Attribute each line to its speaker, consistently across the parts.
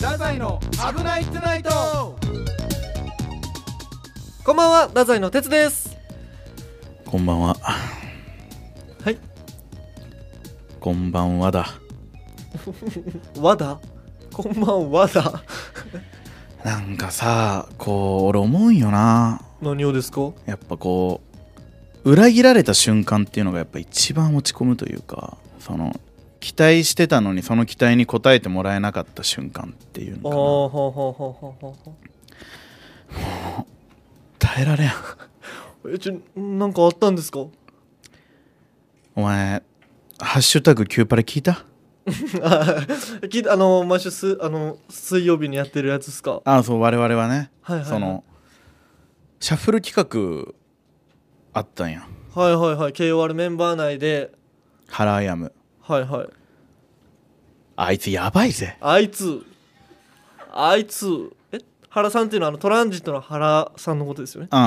Speaker 1: 太宰の危ないトゥナイト
Speaker 2: こんばんは、太宰の哲です。
Speaker 3: こんばんは。
Speaker 2: はい。
Speaker 3: こんばんはだ。
Speaker 2: わだ。こんばんはだ。
Speaker 3: なんかさ、こう、俺思うんよな。
Speaker 2: 何をですか。
Speaker 3: やっぱこう、裏切られた瞬間っていうのがやっぱ一番落ち込むというか、その、期待してたのにその期待に応えてもらえなかった瞬間っていう
Speaker 2: ああ、
Speaker 3: の
Speaker 2: ほうほうほうほうほうほ
Speaker 3: かな。耐えられん。
Speaker 2: う。え、ちょ、なんかあったんですか。
Speaker 3: お前、ハッシュタグキューパレ聞いた
Speaker 2: あ聞いたあの毎週すあの水曜日にやってるやつですか。
Speaker 3: ああ、そう、我々はね、
Speaker 2: はいはいはい
Speaker 3: その、シャッフル企画あったんや。
Speaker 2: はいはいはい。KOR メンバー内で、
Speaker 3: ハライアム。
Speaker 2: はいはい。
Speaker 3: あいつやばいぜ。
Speaker 2: あいつ、あいつ、え、原さんっていうのはあのトランジットの原さんのことですよね。
Speaker 3: うんう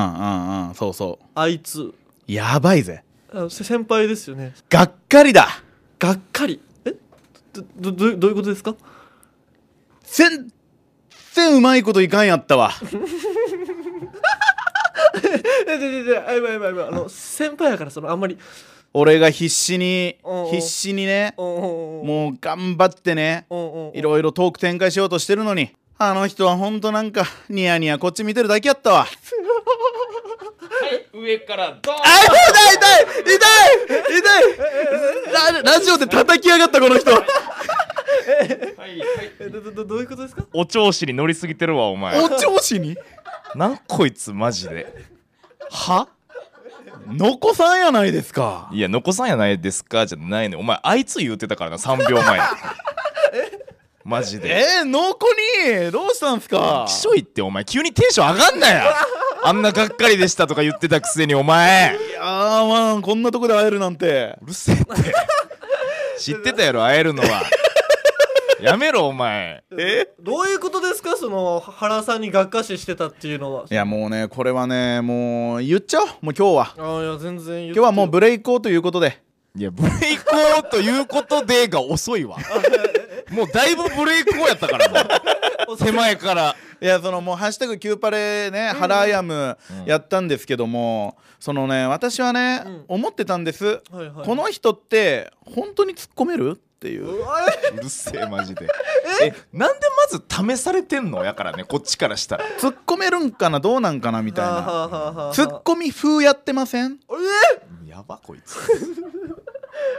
Speaker 3: んうんそうそ
Speaker 2: あいつ、
Speaker 3: うやばいぜ
Speaker 2: あのせ先輩ですよね。
Speaker 3: がっかりだ
Speaker 2: がっかり。え、どどどどういうことですか。
Speaker 3: 全然うまいこといかんやったわ
Speaker 2: でででで、あいばいばいばい、あの先輩やからそのあんまり、
Speaker 3: 俺が必死に
Speaker 2: おうおう
Speaker 3: 必死にね
Speaker 2: うんうんうん
Speaker 3: もう頑張ってね
Speaker 2: うんうんうん
Speaker 3: いろいろトーク展開しようとしてるのにあの人はほんとなんかニヤニヤこっち見てるだけやったわ
Speaker 4: 上からドーン
Speaker 3: あ痛い痛い痛い痛いララジオで叩きやがったこの 人
Speaker 4: はいはい
Speaker 2: えどどどどういうことですか。
Speaker 4: お調子に乗りすぎてるわお前
Speaker 3: お調子に
Speaker 4: なんこいつマジで
Speaker 3: はのこさんやないですか
Speaker 4: いや残さんやないですかじゃないのお前あいつ言うてたからな3 秒前マジで
Speaker 3: えー、のこにどうしたんすか
Speaker 4: きしょいってお前急にテンション上がんなやあんながっかりでしたとか言ってたくせにお前
Speaker 3: いやーまあこんなとこで会えるなんて
Speaker 4: うるせえって知ってたやろ会えるのはやめろお前
Speaker 3: え
Speaker 2: どういうことですかその原さんにがっかししてたっていうのは。
Speaker 3: いやもうねこれはねもう言っちゃおうもう今日は
Speaker 2: ああいや全然
Speaker 3: 今日はもうブレイクをということで
Speaker 4: いやブレイクオーということでが遅いわもうだいぶブレイクオーやったからも
Speaker 2: う
Speaker 4: う手前から
Speaker 3: いやそのもう「ハッシュタグキューパレ」ね「ハライアム」やったんですけども、そのね私はね、
Speaker 2: うん
Speaker 3: 思ってたんです、
Speaker 2: はいはい
Speaker 3: この人って本当に突っ込めるっていう
Speaker 4: うるせえマジでえなんでまず試されてんのやからねこっちからしたら
Speaker 3: 突っ込めるんかなどうなんかなみ
Speaker 2: み
Speaker 3: たいな
Speaker 2: な
Speaker 3: 突っ込み風やってませんっ
Speaker 4: やばこいつ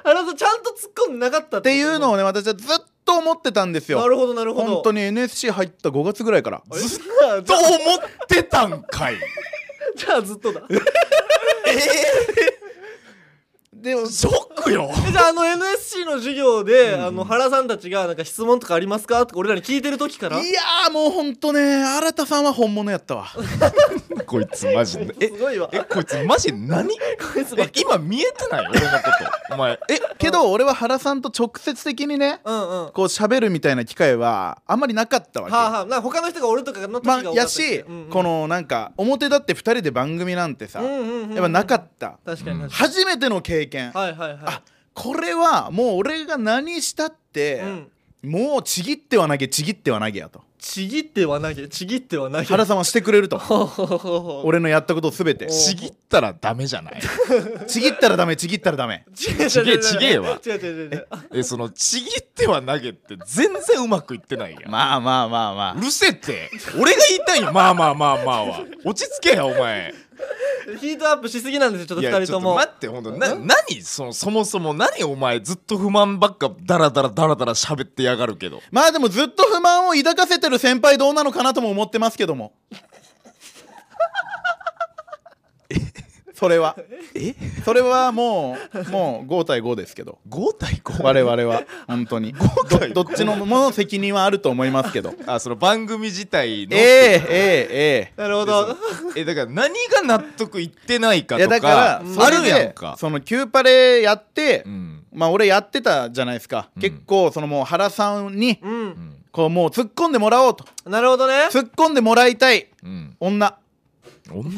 Speaker 2: 原さんちゃんと突っ込んでなかったって
Speaker 3: いうの
Speaker 2: を
Speaker 3: をね私はずっと思ってたんです
Speaker 2: な
Speaker 3: よ
Speaker 2: るほどなるほど。
Speaker 3: 本当
Speaker 2: に。
Speaker 3: に NSC 入った5月ぐらいから
Speaker 2: ずっ
Speaker 4: ど
Speaker 2: と
Speaker 4: う思ってたんかい
Speaker 2: じゃあずっとだ。
Speaker 3: で
Speaker 4: ショックよ
Speaker 2: えじゃああの NSC の授業で、あの原さんたちがなんか質問とかありますかとか俺らに聞いてる時から。
Speaker 3: いやーもうほんとね新田さんは本物やったわ
Speaker 4: こいつマジでえ
Speaker 2: すごいわ。
Speaker 4: えこいつマジ何
Speaker 2: こいつばっ
Speaker 4: え
Speaker 2: か
Speaker 4: 今見えてない俺のことお前え
Speaker 3: けど俺は原さんと直接的にね
Speaker 2: うんうん。は
Speaker 3: こう喋るみたいな機会はあんまりなかったわ
Speaker 2: あ
Speaker 3: け、
Speaker 2: はあ。なんか他の人が俺とかの時が多
Speaker 3: ま
Speaker 2: か
Speaker 3: あ
Speaker 2: った
Speaker 3: やし、このなんか表だって2人で番組なんてさ、
Speaker 2: うんうんうん
Speaker 3: やっぱなかった
Speaker 2: 確かに確か
Speaker 3: 初めての経験、
Speaker 2: に。はいはいはい。
Speaker 3: あこれはもう俺が何したって
Speaker 2: う、ん。
Speaker 3: もうちぎっては投げちぎっては投げやと
Speaker 2: ちぎっては投げちぎっては投げ
Speaker 3: 原さんはしてくれ ると
Speaker 2: ほうほうほう ほう
Speaker 3: 俺のやったことを全て
Speaker 2: お
Speaker 4: ちぎったらダメじゃない
Speaker 3: ちぎったらダメちぎったらダメ
Speaker 2: ちげえ
Speaker 4: ちげえちげえわ
Speaker 2: 違う違う違う違う
Speaker 4: えそのちぎっては投げって全然うまくいってないやん
Speaker 3: まあまあまあまあ
Speaker 4: うるせえって俺が言いたいよまあまあまあまあは落ち着けやお前
Speaker 2: ヒートアップしすぎなんですよちょっ
Speaker 4: い
Speaker 2: と
Speaker 4: や
Speaker 2: 二人とも
Speaker 4: ちょっと待ってほんとな何そのそもそも何お前ずっと不満ばっかダラダラダラダラ喋ってやがるけど
Speaker 3: まあでもずっと不満を抱かせてる先輩どうなのかなとも思ってますけども。 それは。
Speaker 4: え
Speaker 3: それはもう、もう5対5ですけど。
Speaker 4: 5対5
Speaker 3: 我々は、本当に。
Speaker 4: 対
Speaker 3: どどっちのもの責任はあると思いますけど。
Speaker 4: あその番組自体の
Speaker 3: えええええ
Speaker 2: なるほど
Speaker 4: えだから何が納得いってないか
Speaker 3: えいや
Speaker 4: と
Speaker 3: だ
Speaker 4: か
Speaker 3: から、
Speaker 4: あ
Speaker 3: それ
Speaker 4: るやん
Speaker 3: で
Speaker 4: か、
Speaker 3: そのキューパレやって、
Speaker 4: うん
Speaker 3: まあ俺やってたじゃないですか。
Speaker 4: ん
Speaker 3: 結構、そのもう原さんに、
Speaker 2: うん
Speaker 3: こうもう突っ込んでもらおうと。
Speaker 2: なるほどね
Speaker 3: 突っ込んでもらいたい
Speaker 4: うん
Speaker 3: 女。
Speaker 4: 女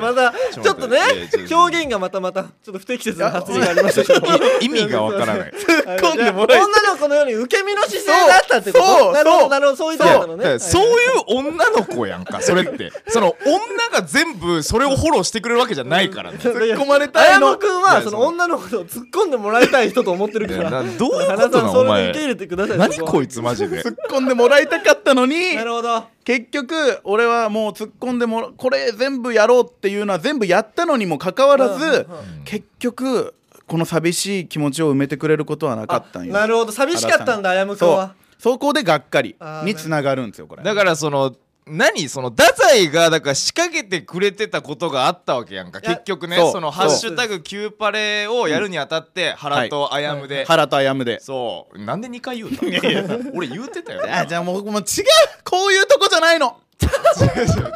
Speaker 2: まだち
Speaker 4: ちょ
Speaker 2: ょっとね
Speaker 4: いやいやちょ
Speaker 2: 表現がまたまたちょっと不適切な発言がありましたけど
Speaker 4: い意味がわからない。
Speaker 3: 突っ込んでもらえ
Speaker 2: 女の子のように受け身の姿勢だったってこと
Speaker 3: そう
Speaker 2: なるほ
Speaker 3: そ
Speaker 2: ど
Speaker 3: う
Speaker 2: なるほどそういう
Speaker 4: そ
Speaker 2: ことなの
Speaker 4: うだか
Speaker 2: ね
Speaker 4: らそういう女の子やんか、それって。その女が全部それをフォローしてくれるわけじゃないからね。
Speaker 3: 込まれた
Speaker 2: 綾
Speaker 3: い
Speaker 2: 野
Speaker 3: の
Speaker 2: くん
Speaker 4: い
Speaker 2: は
Speaker 4: や
Speaker 2: その
Speaker 4: その
Speaker 2: 女の子を突っ込んでもらいたい人と思 ってるか
Speaker 4: いや
Speaker 2: ら
Speaker 4: などういうことなの
Speaker 2: 原さんそれ
Speaker 4: お前
Speaker 2: で受け入れてください
Speaker 4: 何こ
Speaker 2: い
Speaker 4: いつマジで。
Speaker 3: 突っ込んでもらいたかったの に
Speaker 2: なるほど
Speaker 3: 結局俺はもう突っ込んでもらこれ全部やろうっていうのは全部やったのにもかかわらず、
Speaker 2: うんうん
Speaker 3: 結局この寂しい気持ちを埋めてくれることはなかったんよ
Speaker 2: なるほど寂しかったんだ綾野くん
Speaker 3: そ
Speaker 2: は
Speaker 3: うそこでがっかり
Speaker 2: あー
Speaker 3: につながるんですよこれ
Speaker 4: だからその、何その太宰がだから仕掛けてくれてたことがあったわけやんか
Speaker 2: いや
Speaker 4: 結局ね
Speaker 3: そう
Speaker 4: その「ハッシュタグキューパレ」をやるにあたって原とあやむで、
Speaker 3: 原とあやむで
Speaker 4: そうなんで2回言うの俺言うてたよ
Speaker 3: あじゃあもうもう違うこういうとこじゃないの
Speaker 4: 違う違う違う違う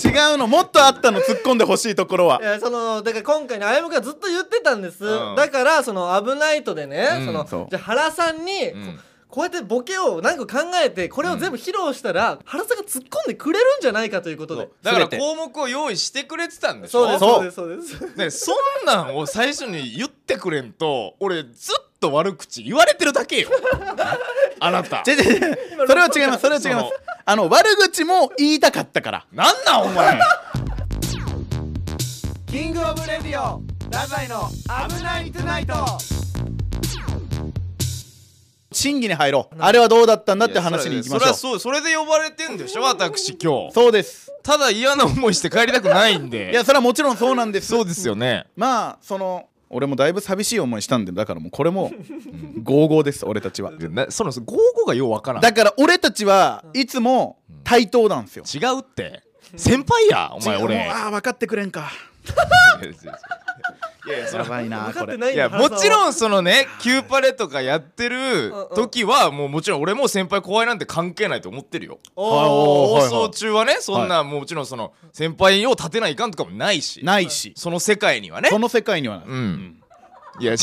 Speaker 3: 違うのもっとあったの突っ込んでほしいところはい
Speaker 2: やそのだから今回ねあやむくんはずっと言ってたんです、
Speaker 4: うん
Speaker 2: だからその「危ないと」でね、
Speaker 4: うん
Speaker 2: その
Speaker 3: そう
Speaker 2: じゃあ原さんに、
Speaker 4: ん
Speaker 2: ここうやってボケを何個考えてこれを全部披露したら、原さんが突っ込んでくれるんじゃないかということで
Speaker 4: だから
Speaker 3: 全て
Speaker 4: 項目を用意してくれてたんでしょ
Speaker 2: そうですそうですそうです
Speaker 4: ね、そんなんを最初に言ってくれんと俺ずっと悪口言われてるだけよあなた
Speaker 3: 違う違う違うそれは違いますそれは違います
Speaker 4: その
Speaker 3: あの悪口も言いたかったから
Speaker 4: なんなんお前
Speaker 1: キングオブレディオダザイの危ないトゥナイト
Speaker 3: 審議に入ろうあれはどうだったんだって話に行きましょう
Speaker 4: それはそうそれで呼ばれてんでしょ私今日
Speaker 3: そうです
Speaker 4: ただ嫌な思いして帰りたくないんで
Speaker 3: いやそれはもちろんそうなんです
Speaker 4: そうですよね
Speaker 3: まあその俺もだいぶ寂しい思いしたんでだからもうこれ も合々です俺たちは
Speaker 4: なそのそのゴーゴーがようわからん
Speaker 3: だから俺たちはいつも対等なんですよ
Speaker 4: 違うって先輩やお前俺
Speaker 3: もうああ分かってくれんか
Speaker 4: いやいやそ
Speaker 3: や
Speaker 4: の
Speaker 3: ばいな
Speaker 2: 分か
Speaker 3: こ
Speaker 2: って
Speaker 3: れ
Speaker 2: ないん
Speaker 4: い
Speaker 2: だ
Speaker 4: やもち
Speaker 2: ん
Speaker 4: ろんそのねキューパレとかやってる
Speaker 2: うんうん
Speaker 4: 時はもうもちろん俺も先輩後輩なんて関係ないと思ってるよ
Speaker 3: おー
Speaker 4: 放
Speaker 3: はいはい
Speaker 4: 送中はねそんなもちろんその先輩を立てないかんとかもないし
Speaker 3: ないし
Speaker 4: その世界にはね
Speaker 3: この世界にはない
Speaker 4: うんいや違う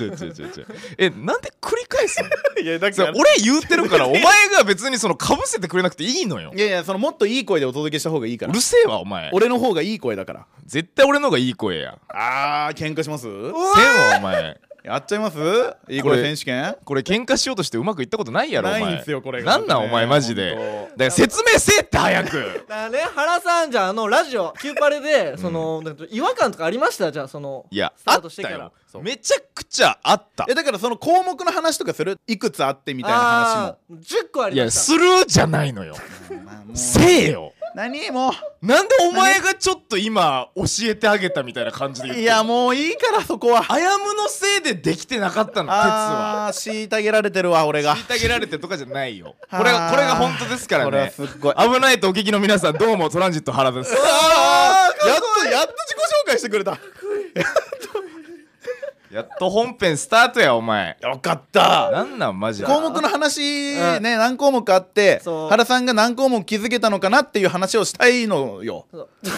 Speaker 4: 違う違う違う違うえなんで繰り返すの
Speaker 3: いやだ
Speaker 4: それ俺言ってるからお前が別にそのかぶせてくれなくていいのよ
Speaker 3: いやいやそのもっといい声でお届けした方がいいか
Speaker 4: う
Speaker 3: ら
Speaker 4: るせえわお前
Speaker 3: 俺の方がいい声だから
Speaker 4: 絶対俺の方がいい声や
Speaker 3: あー喧嘩します
Speaker 4: せんわお前
Speaker 3: やっちゃいますいい
Speaker 4: これ
Speaker 3: 声選手権
Speaker 4: これ喧嘩しようとしてうまくいったことないやろお前
Speaker 3: ないんすよこれが
Speaker 4: なんなんお前マジで
Speaker 3: ほんと
Speaker 4: だから説明せえって早く
Speaker 2: だからね原さんじゃああのラジオキューパレでその、なんか違和感とかありましたじゃあその
Speaker 4: いや
Speaker 2: スタ
Speaker 4: あ
Speaker 2: ート
Speaker 4: っ
Speaker 2: して
Speaker 4: た
Speaker 2: から
Speaker 4: よめちゃくちゃあった
Speaker 3: えだからその項目の話とかするいくつあってみたいな話
Speaker 2: あー10個あ
Speaker 4: い
Speaker 2: りま
Speaker 4: や
Speaker 2: した
Speaker 4: スルーじゃないのよ
Speaker 3: もまあもう
Speaker 4: せえよ
Speaker 3: 何も
Speaker 4: なんでお前がちょっと今教えてあげたみたいな感じで言
Speaker 3: う
Speaker 4: って
Speaker 3: い
Speaker 4: い
Speaker 3: やもういいからそこは
Speaker 4: あやむのせいでできてなかったの鉄は
Speaker 3: あー虐げられてるわ俺が
Speaker 4: 虐げられてとかじゃないよ
Speaker 3: あ
Speaker 4: こ
Speaker 3: ー
Speaker 4: れがこれが本当ですから
Speaker 3: これは
Speaker 4: ね
Speaker 3: すっごい
Speaker 4: 危ないとお聞きの皆さんどうもトランジット原です
Speaker 3: あーやっとやっと自己紹介してくれた
Speaker 4: やっと本編スタートやお前
Speaker 3: よかった
Speaker 4: なんなんマジで
Speaker 3: 項目の話
Speaker 2: う
Speaker 3: ね
Speaker 2: ん
Speaker 3: 何項目あって
Speaker 2: そう
Speaker 3: 原さんが何項目気づけたのかなっていう話をしたいのよ
Speaker 2: そう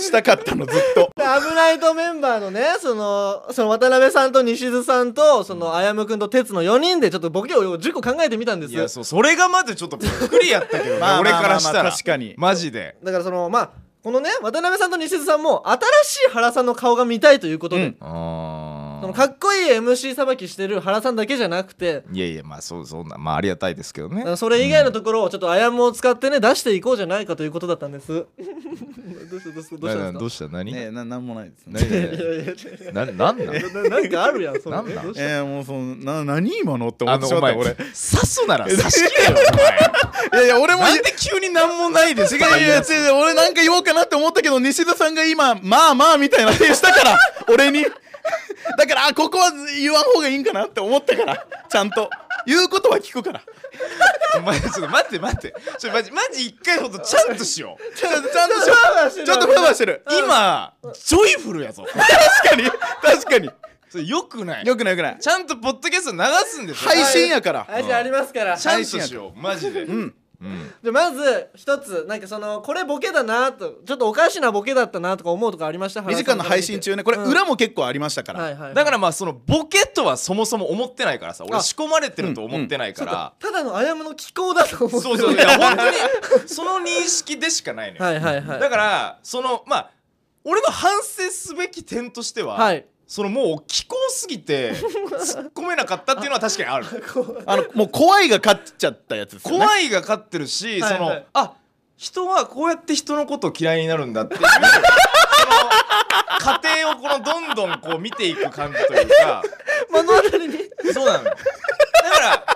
Speaker 3: したかったのずっと
Speaker 2: で危ないとメンバーのねそのその渡辺さんと西津さんとそのあやむくんと哲の4人でちょっとボケを10個考えてみたんで
Speaker 4: いや
Speaker 2: す
Speaker 4: そうそれがまずちょっとびっくりやったけどね
Speaker 3: まあまあ
Speaker 4: 俺からした
Speaker 3: まあま
Speaker 4: ら
Speaker 3: あ確かに
Speaker 4: マジで
Speaker 2: だからそのまあこのね渡辺さんと西津さんも新しい原さんの顔が見たいということで、
Speaker 3: うん
Speaker 4: あ
Speaker 2: そのか
Speaker 4: ー
Speaker 2: っこいい MC さばきしてる原さんだけじゃなくて
Speaker 4: いやいやまあそうそんなまあありがたいですけどね
Speaker 2: それ以外のところをちょっとあやむを使ってね出していこうじゃないかということだったんですどうしたどうしたどうした
Speaker 4: なんん
Speaker 2: で
Speaker 4: どう
Speaker 2: す
Speaker 4: した何
Speaker 3: ねななんもないです
Speaker 4: 何
Speaker 3: ね
Speaker 2: かいやい
Speaker 4: 何
Speaker 2: やいや
Speaker 4: 何なんなん
Speaker 2: ななんかあるやんそれ
Speaker 4: なんなん
Speaker 2: どうした
Speaker 3: えーもうそのな何今のって思
Speaker 4: あ
Speaker 3: って
Speaker 4: の
Speaker 3: しまっ
Speaker 4: お
Speaker 3: た
Speaker 4: 前
Speaker 3: 俺
Speaker 4: 俺刺すなら刺し切れよお前
Speaker 3: いやいや俺も
Speaker 4: なんで急になんもないです
Speaker 3: 違う
Speaker 4: か
Speaker 3: 違う違う俺なんか言おうかなって思ったけど西田さんが今まあまあみたいな手したから 俺にだからあここは言わん方がいいんかなって思ったからちゃんと言うことは聞くから
Speaker 4: お前ちょっと待って待ってちょマジマジ一回ほどちゃんとしよう
Speaker 3: ちゃんとちゃんとし
Speaker 2: ふ
Speaker 3: よ
Speaker 2: わふわして
Speaker 3: う
Speaker 2: る
Speaker 3: ちょっとふわふわしてる
Speaker 4: 今ジョイフルやぞ
Speaker 3: 確かに確かに
Speaker 4: それよくない
Speaker 3: よくないよくない
Speaker 4: ちゃんとポッドキャスト流すんですよ
Speaker 3: 配信やから
Speaker 2: 配信ありますから
Speaker 4: ちゃんとしようマジで
Speaker 3: ん
Speaker 4: うん
Speaker 2: じゃあまず一つなんかそのこれボケだなとちょっとおかしなボケだったなとか思うとかありました
Speaker 3: 2時間の配信中ねこれ裏も結構ありましたから、
Speaker 2: はいはい
Speaker 4: だからまあそのボケとはそもそも思ってないからさ俺
Speaker 2: あ
Speaker 4: 仕込まれてると思ってないから、
Speaker 2: ただのあやむの気候だと思って
Speaker 4: そうそういや本当にその認識でしかないのよ、
Speaker 2: はいはいはい
Speaker 4: だからそのまあ俺の反省すべき点としては、
Speaker 2: はい
Speaker 4: そのもう気候すぎて突っ込めなかったっていうのは確かにある
Speaker 3: あのもう怖いが勝っちゃったやつですよね
Speaker 4: 怖いが勝ってるし、
Speaker 2: はい
Speaker 4: そ
Speaker 2: は
Speaker 4: の
Speaker 2: い
Speaker 4: あ人はこうやって人のことを嫌いになるんだっていうその過程をこのどんどんこう見ていく感じというか
Speaker 2: 目の当たりに
Speaker 4: そうなのよだから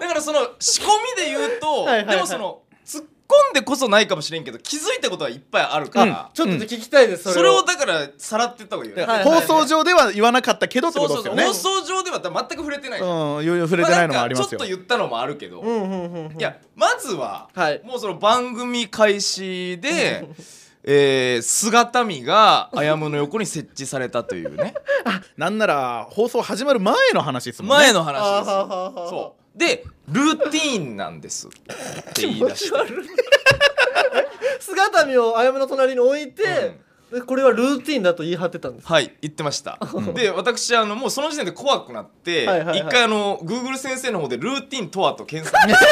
Speaker 4: だからその仕込みで言う
Speaker 2: はい
Speaker 4: と、
Speaker 2: はいはい
Speaker 4: でもその突っ込んでこそないかもしれんけど気づいたことはいっぱいあるから、
Speaker 2: ちょっと聞きたいです
Speaker 4: それ
Speaker 2: それ
Speaker 4: を
Speaker 2: を
Speaker 4: だからさらってった方がいいよね、
Speaker 2: はいはい
Speaker 3: 放送上では言わなかったけどって
Speaker 4: そ
Speaker 3: こ
Speaker 4: う
Speaker 3: と
Speaker 4: そ
Speaker 3: で
Speaker 4: う
Speaker 3: す
Speaker 4: そ
Speaker 3: よね
Speaker 4: う、放送上では全く触れてない、
Speaker 3: うんいろいろ触れてないのもあり
Speaker 4: ま
Speaker 3: ま
Speaker 4: あなん
Speaker 3: すよ
Speaker 4: かちょっと言ったのもあるけど、
Speaker 2: うんうんうんうん
Speaker 4: いやまずは、
Speaker 2: はい
Speaker 4: もうその番組開始で、 えー、姿見があやむの横に設置されたとい うね
Speaker 3: なんなら放送始まる前の話ですもんね
Speaker 4: 前の話です
Speaker 2: あはは
Speaker 4: よ
Speaker 2: は
Speaker 4: そうでルーティーンなんですって言い 出して
Speaker 2: 姿見をあやむの隣に置いて、でこれはルーティンだと言い張ってたんです
Speaker 4: はい言ってましたで私あのもうその時点で怖くなって、
Speaker 2: はいはいはい
Speaker 4: 一回あの Google 先生の方でルーティーンとはと検索して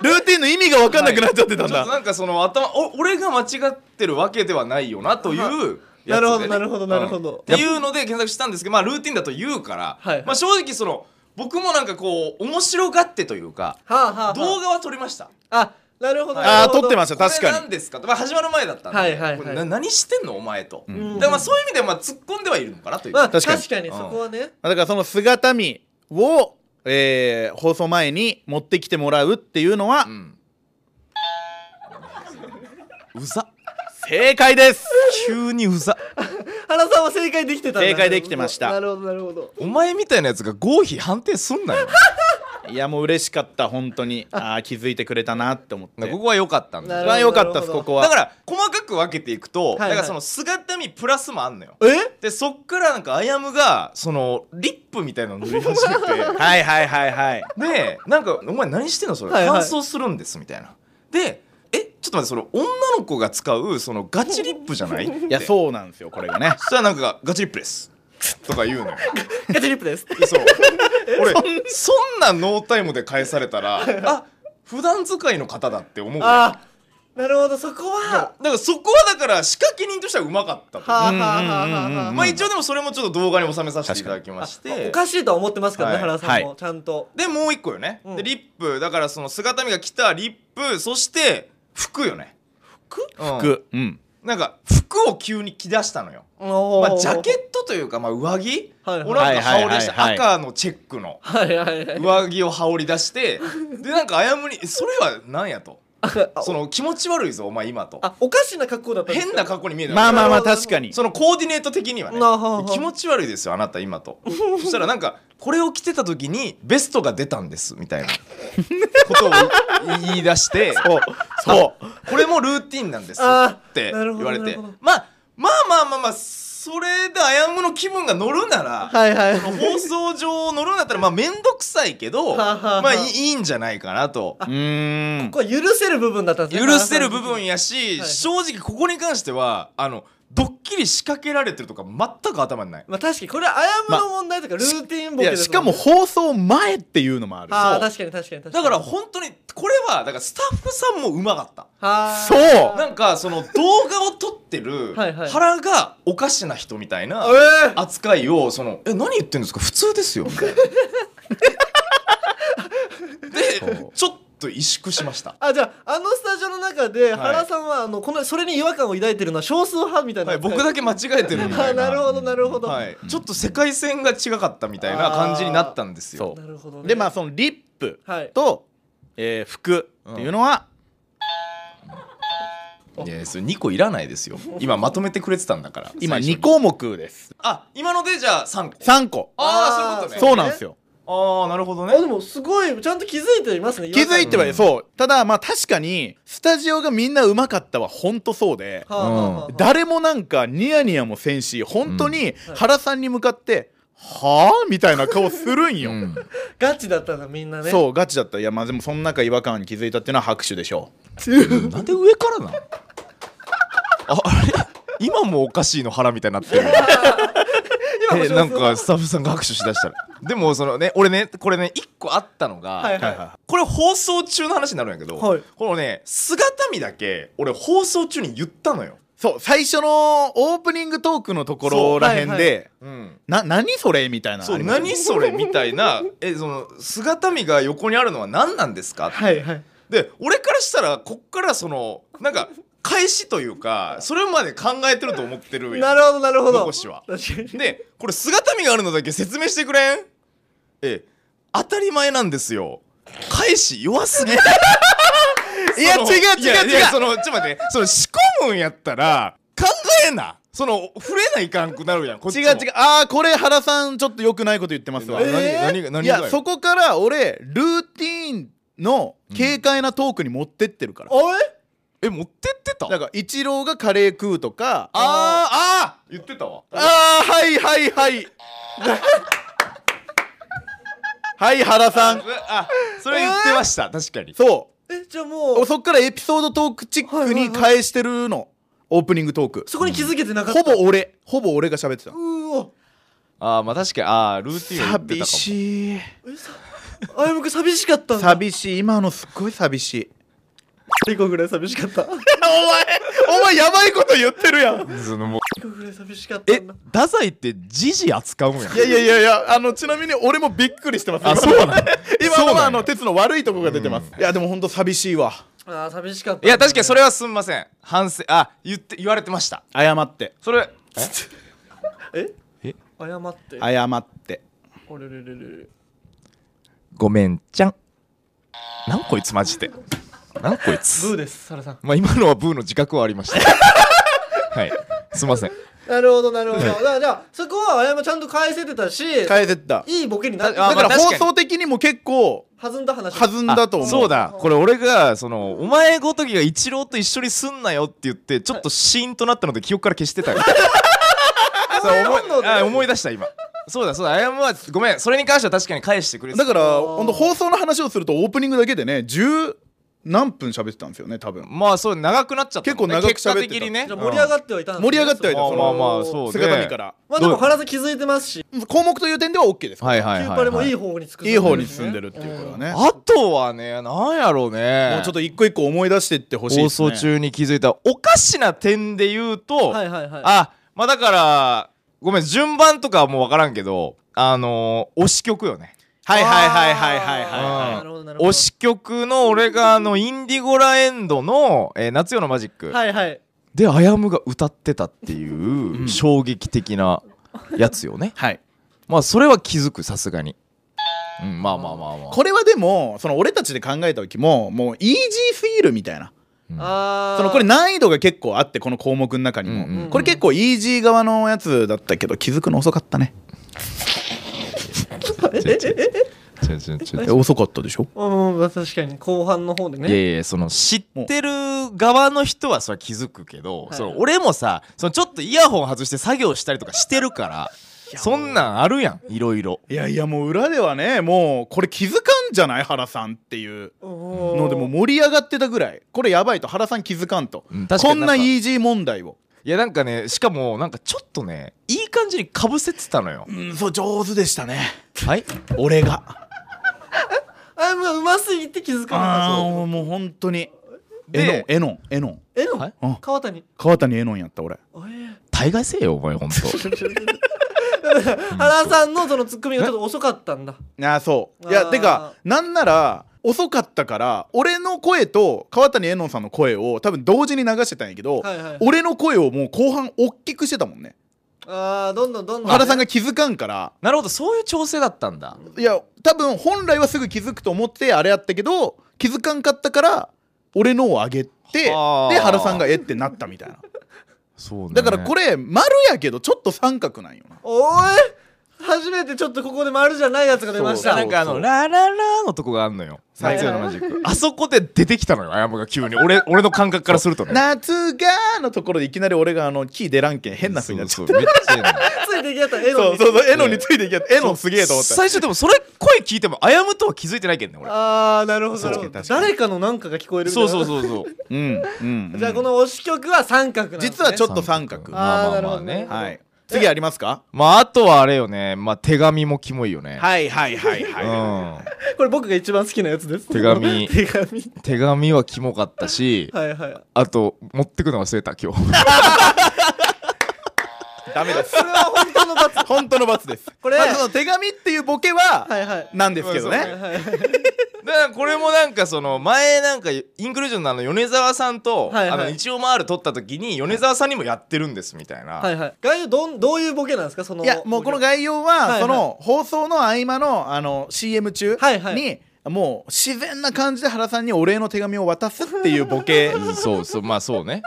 Speaker 3: ルーティンの意味が分かんなくなっちゃってたん
Speaker 4: ちょ
Speaker 3: だ、
Speaker 4: っとなんかその頭お俺が間違ってるわけではないよなというや
Speaker 2: な
Speaker 4: つでね、
Speaker 2: るほどなるほどなるほど
Speaker 4: うんっていうので検索したんですけどまあルーティンだと言うから、
Speaker 2: はいはい
Speaker 4: まあ、正直その僕もなんかこう面白がってというか
Speaker 2: はあはあはあ
Speaker 4: 動画は撮りました
Speaker 2: あなるほど
Speaker 4: はい
Speaker 3: ああ撮ってま
Speaker 2: し
Speaker 3: した確
Speaker 4: これ
Speaker 3: か
Speaker 4: 何
Speaker 3: に
Speaker 4: ですかと、まあ、始まる前だったんで、
Speaker 2: はいはいはい
Speaker 4: これな何してんのお前と、
Speaker 2: ん
Speaker 4: だからまあそういう意味ではまあ突っ込んではいるのかなという、
Speaker 2: まあ、確
Speaker 3: 確
Speaker 2: か
Speaker 3: か
Speaker 2: に
Speaker 3: に
Speaker 4: うん
Speaker 2: そこはね、
Speaker 3: だからその姿見を、えー放送前に持ってきてもらうっていうのは
Speaker 4: うんうざ
Speaker 3: 正解です、
Speaker 4: 急にうざ
Speaker 2: 原さんは正解できてたんだ
Speaker 3: 正解できてました
Speaker 2: なるほどなるほど
Speaker 4: お前みたいなやつが合否判定すん なよ
Speaker 3: いやもう嬉しかった本当にああ気づいてくれたなって思っ
Speaker 4: だから
Speaker 3: て
Speaker 4: ここは良かったん
Speaker 2: な
Speaker 4: だよ
Speaker 2: る
Speaker 3: まあ良かった
Speaker 2: な
Speaker 3: です
Speaker 2: るほど
Speaker 3: ここは
Speaker 4: だから細かく分けていくと、
Speaker 2: はいはい
Speaker 4: だからその姿見プラスもあんのよ
Speaker 2: え
Speaker 4: でそっからなんかあやむがそのリップみたいなの塗り始め て
Speaker 3: はいはいはいはい
Speaker 4: でなんか「お前何してんのそれ
Speaker 2: はいはい
Speaker 4: 乾燥するんです」みたいなで「えちょっと待ってそれ女の子が使うそのガチリップじゃない?」
Speaker 3: いや
Speaker 4: う
Speaker 3: そうなんですよこれがね
Speaker 4: そしたらなんか「ガチリップです」とか言うのよ
Speaker 2: ガチリップです
Speaker 4: でそう俺そんなノータイムで返されたらあ普段使いの方だって思うのよ
Speaker 2: あ
Speaker 4: だ
Speaker 2: あなるほどそこは
Speaker 4: からそこはだから仕掛け人としてはうまかったと
Speaker 2: はあはあはあはあはあ
Speaker 3: うん
Speaker 4: まあ一応でもそれもちょっと動画に収めさせていただきまして
Speaker 2: おかしいとは思ってますけどね、
Speaker 4: はい
Speaker 2: 原さん
Speaker 3: は
Speaker 2: もちゃんと、
Speaker 4: でもう一個よね、
Speaker 2: うん
Speaker 4: でリップだからその姿見が来たリップそして服よね
Speaker 2: 服
Speaker 4: うん
Speaker 3: 服うん
Speaker 4: なんか服を急に着だしたのよ、
Speaker 2: お
Speaker 4: ま
Speaker 2: ー
Speaker 4: あ、ジャケットというか、まあ、上着、
Speaker 2: はいはい
Speaker 4: 俺はなんか羽織り出して、
Speaker 3: はいはいはい
Speaker 4: 赤のチェックの
Speaker 2: はいはいはい
Speaker 4: 上着を羽織り出してでなんかあやむにえ「それは何や?」と「その気持ち悪いぞお前今」と
Speaker 2: あおかしな格好だったんです
Speaker 4: 変な格好に見えたの
Speaker 3: まあまあまあ確かに
Speaker 4: そのコーディネート的にはね
Speaker 2: なあはあはあ
Speaker 4: 気持ち悪いですよあなた今とそしたらなんかこれを着てた時にベストが出たんですみたい なことを言い出して
Speaker 3: そうそう
Speaker 4: これもルーティンなんです
Speaker 2: あー
Speaker 4: って
Speaker 2: なるほど
Speaker 4: 言われ
Speaker 2: な
Speaker 4: て
Speaker 2: るほど
Speaker 4: まあまあまあまあまあそれであやむの気分が乗るなら、
Speaker 2: はいはい
Speaker 4: その放送上乗るんだったらまあ面倒くさいけ
Speaker 2: はあ
Speaker 4: ど
Speaker 2: はあはあ
Speaker 4: まあいいいいんじゃないかなと
Speaker 3: うーん
Speaker 2: これ許せる部分だったんですね
Speaker 4: 許せる部分やし、
Speaker 2: はい
Speaker 4: 正直ここに関してはあのドッキリ仕掛けられてるとか全く頭にない
Speaker 2: まあ確かにこれはあやむの問題とかルーティンボ
Speaker 3: い
Speaker 2: ケ
Speaker 3: や
Speaker 2: です
Speaker 3: しかも放送前っていうのもある
Speaker 2: ああ
Speaker 3: そう
Speaker 2: 確かに確かに確か
Speaker 4: だ
Speaker 2: に
Speaker 4: から本当にこれはだからスタッフさんもうまかった
Speaker 2: は
Speaker 3: そう
Speaker 2: ー
Speaker 4: なんかその動画を撮ってる
Speaker 2: はいはい
Speaker 4: 腹がおかしな人みたいな
Speaker 2: ええ
Speaker 4: 扱いをその「え何言ってんですか普通で すよ」みたいな。でちょっと萎縮しました。
Speaker 2: あじゃああのスタジオの中で
Speaker 4: い
Speaker 2: 原さんはあのこのそれに違和感を抱いてるのは少数派みたいな、
Speaker 4: はい、僕だけ間違えてるみ た
Speaker 2: あ
Speaker 4: いな
Speaker 2: なるほどなるほど、
Speaker 4: はい、ちょっと世界線が違かったみたいな感じになったんですよ。
Speaker 3: そう
Speaker 2: なるほどね
Speaker 3: でまあそのリップ
Speaker 2: はい
Speaker 3: と、えー服っていうのは、
Speaker 4: いやそれ2個いらないですよ。今まとめてくれてたんだから。
Speaker 3: 今
Speaker 4: 最初に
Speaker 3: 2。項目です
Speaker 4: あ今のでじゃあ3個。
Speaker 3: 3個
Speaker 4: ああそういうことね。
Speaker 3: そうなんですよ
Speaker 4: ああなるほどね
Speaker 2: あでもすごいちゃんと気づいていますね
Speaker 3: 気づいて
Speaker 2: は
Speaker 3: はいる、そうただまあ確かにスタジオがみんなうまかったはほんとそうで
Speaker 2: あはあはあはあ
Speaker 3: 誰もなんかニヤニヤもせんし本当に原さんに向かって「はあみたいな顔するんよ、
Speaker 4: うん
Speaker 2: ガチだったなみんなね
Speaker 3: そうガチだったいやまあでもその中違和感に気づいたっていうのは拍手でしょ
Speaker 4: なんで上からなんああれ今もおかしいの腹みたいになって る
Speaker 2: 今も
Speaker 4: え
Speaker 2: しま
Speaker 4: なん
Speaker 2: す
Speaker 4: かスタッフさんが拍手しだしたらでもそのね俺ねこれね一個あったのが、
Speaker 2: はいは
Speaker 3: う
Speaker 2: い、
Speaker 3: はいは
Speaker 4: これ放送中の話になるんやけど、
Speaker 2: はい
Speaker 4: このね姿見だけ俺放送中に言ったのよ、
Speaker 3: いそう最初のオープニングトークのところらへんで、
Speaker 2: そうはいは
Speaker 4: うん、
Speaker 3: な何それみたいなの
Speaker 4: そ
Speaker 3: あ
Speaker 4: う
Speaker 3: りました
Speaker 4: 何それみたいなえその姿見が横にあるのは何なんですかって、
Speaker 2: はいはい
Speaker 4: で俺からしたらこっからそのなんか返しというかそれまで考えてると思ってるんや
Speaker 2: なるほどなるほど
Speaker 4: 残しは
Speaker 2: 確かに
Speaker 4: でこれ姿見があるのだけ説明してくれんええ当たり前なんですよ返し弱すぎ い
Speaker 3: いや違う違う違う
Speaker 4: やいやそのちょっと待ってその仕込むんやったら考えなその触れないかんくなるやんこっち
Speaker 3: 違
Speaker 4: も
Speaker 3: う違うああこれ原さんちょっと良くないこと言ってますわ、
Speaker 4: 何
Speaker 2: えー
Speaker 4: 何が何が
Speaker 3: い
Speaker 4: よ
Speaker 3: やそこから俺ルーティーンの軽快なトークに持ってってるから、
Speaker 2: おい
Speaker 4: え持ってってた
Speaker 3: だからイチローがカレー食うとかあ
Speaker 4: あーあー言ってたわ
Speaker 3: あーはいはいはい はい原さん
Speaker 4: あそれ言ってました、確かに
Speaker 3: そ
Speaker 2: えじゃあも
Speaker 3: う
Speaker 2: う
Speaker 3: そっからエピソードトークチックに返してるのオープニングトーク
Speaker 2: そこに気づけてなかった
Speaker 3: ほぼ俺ほぼ俺が喋ってた
Speaker 2: うお
Speaker 4: ああまあ確かにああルーティンは言ってたか
Speaker 3: 寂
Speaker 4: も
Speaker 3: しい
Speaker 2: えさあやむくん寂しかったんだ
Speaker 3: 寂しい今のすっごい寂しい
Speaker 2: 1個ぐらい寂しかった1
Speaker 3: お前お前やばいこと言ってるやん
Speaker 4: そのもう
Speaker 2: 個ぐらい寂しかった
Speaker 4: え
Speaker 2: んだ
Speaker 4: 太宰って時事扱うんや
Speaker 3: いやいやいやいやあのちなみに俺もびっくりしてます
Speaker 4: あそうなんや
Speaker 3: 今
Speaker 4: そ
Speaker 3: の
Speaker 4: うなん
Speaker 3: は
Speaker 4: や
Speaker 3: あの鉄の悪いとこが出てます、
Speaker 4: う
Speaker 3: いやでもほんと寂しいわ
Speaker 2: あー寂しかった
Speaker 4: いや確かにそ
Speaker 2: れ
Speaker 4: れはすんません反省あ言って言われてました
Speaker 3: 謝って
Speaker 4: それ
Speaker 2: え
Speaker 4: え
Speaker 2: 謝って
Speaker 3: 謝って
Speaker 2: あれれれれれ
Speaker 4: ごめんちゃんなんこいつマジでなんこい
Speaker 2: ブ
Speaker 4: つ
Speaker 2: ーですサラさん
Speaker 4: まあ今のはブーの自覚はありました はいすんません
Speaker 2: なるほどなるほどだからじゃあそこはあやむちゃんと返せてたし
Speaker 3: 変えてった
Speaker 2: いいボケになって
Speaker 3: だ
Speaker 4: あ
Speaker 2: だ
Speaker 3: か
Speaker 4: ま
Speaker 2: からら
Speaker 4: 確か
Speaker 3: 放
Speaker 4: に
Speaker 3: 送的にも結構
Speaker 2: 弾んだ話
Speaker 3: 弾んだと思う
Speaker 4: あそうだこれ俺がそのお前ごときが一郎と一緒にすんなよって言ってちょっとシーンとなったので記憶から 消してたよそう思
Speaker 2: 本能
Speaker 4: い
Speaker 2: で
Speaker 4: あ思い出した今そうだそうだ謝はごめんそれに関しては確かに返してくれてた
Speaker 3: だから
Speaker 2: あー
Speaker 3: ほんと放送の話をするとオープニングだけでね十何分喋ってたんですよね多分
Speaker 4: まあそう長くなっちゃったもんね
Speaker 3: 結構長く喋ってた
Speaker 4: 結果的にね
Speaker 2: じゃあ盛り上がってはいたんですね
Speaker 3: 盛り上がってはいた
Speaker 4: まあ
Speaker 3: そ
Speaker 4: まあ
Speaker 3: の
Speaker 4: まあそうね
Speaker 3: 姿見から
Speaker 2: まあでも原さん気づいてますし
Speaker 3: 項目という点では OK です
Speaker 4: はいは
Speaker 2: キ
Speaker 4: い
Speaker 2: ュー
Speaker 4: はい、は
Speaker 2: パ
Speaker 4: い、
Speaker 2: レもいい方に作
Speaker 3: いい方に進んで
Speaker 2: る
Speaker 3: るっていうことはね、
Speaker 4: あとはねなんやろうね
Speaker 3: もうちょっと一個一個思い出してってほしい
Speaker 4: 放
Speaker 3: です、ね、
Speaker 4: 送中に気づいたおかしな点で言うと、
Speaker 2: はいはいはい
Speaker 4: あまあだからごめん順番とかはもう分からんけどあのー推し曲よね
Speaker 3: はいはいはいはいはいはい
Speaker 4: あー
Speaker 2: はいなるほどなるほど
Speaker 4: 推し曲の俺があのインディゴラエンドの「えー夏夜のマジック」
Speaker 2: はいはい
Speaker 4: であやむが歌ってたっていううん衝撃的なやつよね
Speaker 3: はい
Speaker 4: まあそれは気づくさすがにうんまあまあまあまあ
Speaker 3: これはでもその俺たちで考えた時ももうイージーすぎるみたいな
Speaker 2: あー
Speaker 3: そのこれ難易度が結構あってこの項目の中にも、
Speaker 4: うんうん
Speaker 2: うん
Speaker 3: これ結構イージー側のやつだったけど気づくの遅かったね
Speaker 2: ええええ
Speaker 4: ちょちょちょ
Speaker 3: え遅かったでしょ
Speaker 2: うんまあ確かに後半の方で
Speaker 4: いや
Speaker 2: ね
Speaker 4: いやその知ってる側の人はそれは気づくけど、
Speaker 2: はい
Speaker 4: その俺もさそのちょっとイヤホン外して作業したりとかしてるからそんなんあるやんいろいろ
Speaker 3: いやいやもう裏ではねもうこれ気づかんじゃない原さんっていうの
Speaker 2: の
Speaker 3: でもう盛り上がってたぐらいこれやばいと原さん気づかんと、
Speaker 4: うん確か
Speaker 3: こ
Speaker 4: に
Speaker 3: ん
Speaker 4: な
Speaker 3: な
Speaker 4: んか
Speaker 3: イージー問題を、
Speaker 4: いやなんかねしかもなんかちょっとねいい感じにかぶせてたのよ
Speaker 3: うんそう上手でしたね
Speaker 4: はい
Speaker 3: 俺が
Speaker 2: あやむがうますぎて気づかな
Speaker 3: あ
Speaker 2: かった
Speaker 3: あもう本当に
Speaker 4: で
Speaker 3: エノンエノンエノン
Speaker 2: えの、
Speaker 4: はい
Speaker 3: うん
Speaker 2: 川谷
Speaker 3: 川谷エノンや った俺
Speaker 2: えー
Speaker 4: 大概せえよお前ほんと
Speaker 2: 原さんのそのツッコミがちょっと遅かったんだ
Speaker 3: ああそうい
Speaker 2: あ
Speaker 3: や
Speaker 2: ー
Speaker 3: てかなんなら遅かったから俺の声と川谷絵音さんの声を多分同時に流してたんやけど、
Speaker 2: はいはいはい
Speaker 3: 俺の声をもう後半大きくしてたもんね
Speaker 2: あーどんどんどんどん
Speaker 3: 原さん
Speaker 2: が
Speaker 3: が気づかんから
Speaker 4: なるほどそういう調整だったんだ
Speaker 3: いや多分本来はすぐ気づくと思ってあれやったけど気づかんかったから俺のを上げてで
Speaker 4: はあ
Speaker 3: 原さんがえってなったみたいな
Speaker 4: そうね
Speaker 3: だからこ
Speaker 4: れ
Speaker 3: れ丸やけどちょっと三角なんよな
Speaker 2: おい初めてちょっとここで丸じゃないやつが出ました
Speaker 4: なんかあ
Speaker 3: そ
Speaker 4: の「
Speaker 3: う
Speaker 4: ラララ」のとこがあんのよ「
Speaker 2: はい
Speaker 4: 夏夜のマジック」あそこで出てきたのよあやむが急に俺俺の感覚からするとね
Speaker 3: 夏がーのところでいきなり俺があのキー出らんけん変な風になっちゃう
Speaker 4: そうそうめっちゃ嫌なの
Speaker 2: ついいていきやった絵の
Speaker 3: そう
Speaker 2: に
Speaker 3: そうそうエノについていきやエノすげえと思った
Speaker 4: 最初でもそれ声聞いてもあやむとは気づいてないけんね俺
Speaker 2: ああなるほど
Speaker 3: そう
Speaker 2: なるほど
Speaker 3: 確かに
Speaker 2: 誰かのなんかが聞こえるみたい
Speaker 4: そう
Speaker 2: な
Speaker 4: そうそうそう
Speaker 3: うんうん
Speaker 2: じゃあこの推し曲は三角なんですね
Speaker 3: 実はちょっと三角
Speaker 4: ま
Speaker 2: あ
Speaker 4: あまあま
Speaker 2: ーなるほ
Speaker 4: あ
Speaker 2: ど
Speaker 4: ね
Speaker 2: ね
Speaker 4: はい
Speaker 3: はい次ありますか
Speaker 4: まああとはあれよねまあ手紙もキモいよね
Speaker 3: はいはいはいは
Speaker 4: う
Speaker 2: これ僕が一番好きなやつです
Speaker 4: 手 紙
Speaker 2: 手紙
Speaker 4: ん手紙はキモかったし
Speaker 2: はいはい
Speaker 4: あと持ってくの忘れた今日
Speaker 3: ダメです
Speaker 2: これは本当の罰
Speaker 3: 本当の罰です
Speaker 2: これ
Speaker 3: まあその手紙っていうボケは
Speaker 2: はいはい
Speaker 3: なんですけど
Speaker 4: うんそ
Speaker 3: ね
Speaker 4: う
Speaker 2: はいはい
Speaker 4: だからこれもなんかその前なんかインクルージョンのあの米沢さんと
Speaker 2: はい
Speaker 4: あ
Speaker 2: はい
Speaker 4: の一応回る撮った時に米沢さんにもやってるんですみたいな
Speaker 2: はいはい概要どんどういうボケなんですかその
Speaker 3: いやもうこの
Speaker 2: ボケ
Speaker 3: 概要
Speaker 2: いは
Speaker 3: はいその放送の合間のあの CM 中
Speaker 2: はいはい
Speaker 3: にもう自然な感じで原さんにお礼の手紙を渡すっていうボ ケ
Speaker 4: うんそうそうまあそうね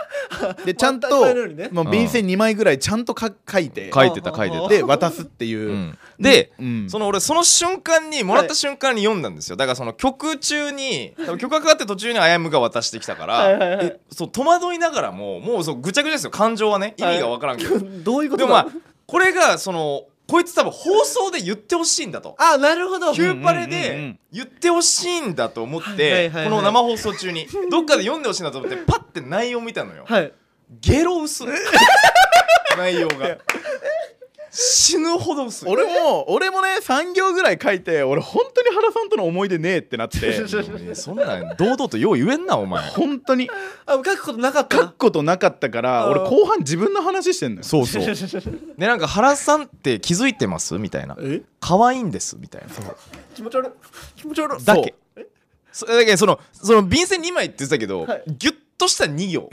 Speaker 3: でちゃん
Speaker 2: 当たり前
Speaker 3: と
Speaker 2: のようにね
Speaker 3: もう便箋2枚ぐらいちゃんとか書いて
Speaker 4: 書いてた書いてた
Speaker 3: で渡すっていううん
Speaker 4: で
Speaker 3: うん
Speaker 4: その俺その瞬間にもらった瞬間に読んだんですよだからその曲中に多分曲がかかって途中にあやむが渡してきたから
Speaker 2: はいはいはい
Speaker 4: えそう戸惑いながらももうそうぐちゃぐちゃですよ感情はね意味がわからんけど
Speaker 2: どういうこ
Speaker 4: で
Speaker 2: と
Speaker 4: もまあ
Speaker 2: だ
Speaker 4: これがそのこいつ多分放送で言ってほしいんだと
Speaker 2: あなるほど
Speaker 4: キューパレ
Speaker 3: うんうんうんう
Speaker 4: で
Speaker 3: ん
Speaker 4: 言ってほしいんだと思っ
Speaker 2: はいはい
Speaker 4: て
Speaker 2: はいはい
Speaker 4: この生放送 中にどっかで読んでほしいんだと思ってパッて内容見たのよ
Speaker 2: はい
Speaker 4: ゲロ薄 い内容が死ぬほど 薄い
Speaker 3: 俺も俺もね3行ぐらい書いて俺本当に原さんとの思い出ねえってなって
Speaker 4: いやそんなん堂々とよう言えんなお前
Speaker 3: 本当に
Speaker 2: あ書くことなかった
Speaker 3: 書く
Speaker 2: な
Speaker 3: ことなかったから
Speaker 2: あー
Speaker 3: 俺後半自分の話してんのよ
Speaker 4: そうそうでなんか原さんって気づいてますみたいな
Speaker 2: え
Speaker 4: 可愛いんですみたいな
Speaker 2: 気持ち悪い気持ち悪い
Speaker 4: だけそだけどそのその便箋2枚って言ってたけど、
Speaker 2: はい
Speaker 4: ギュッとした2行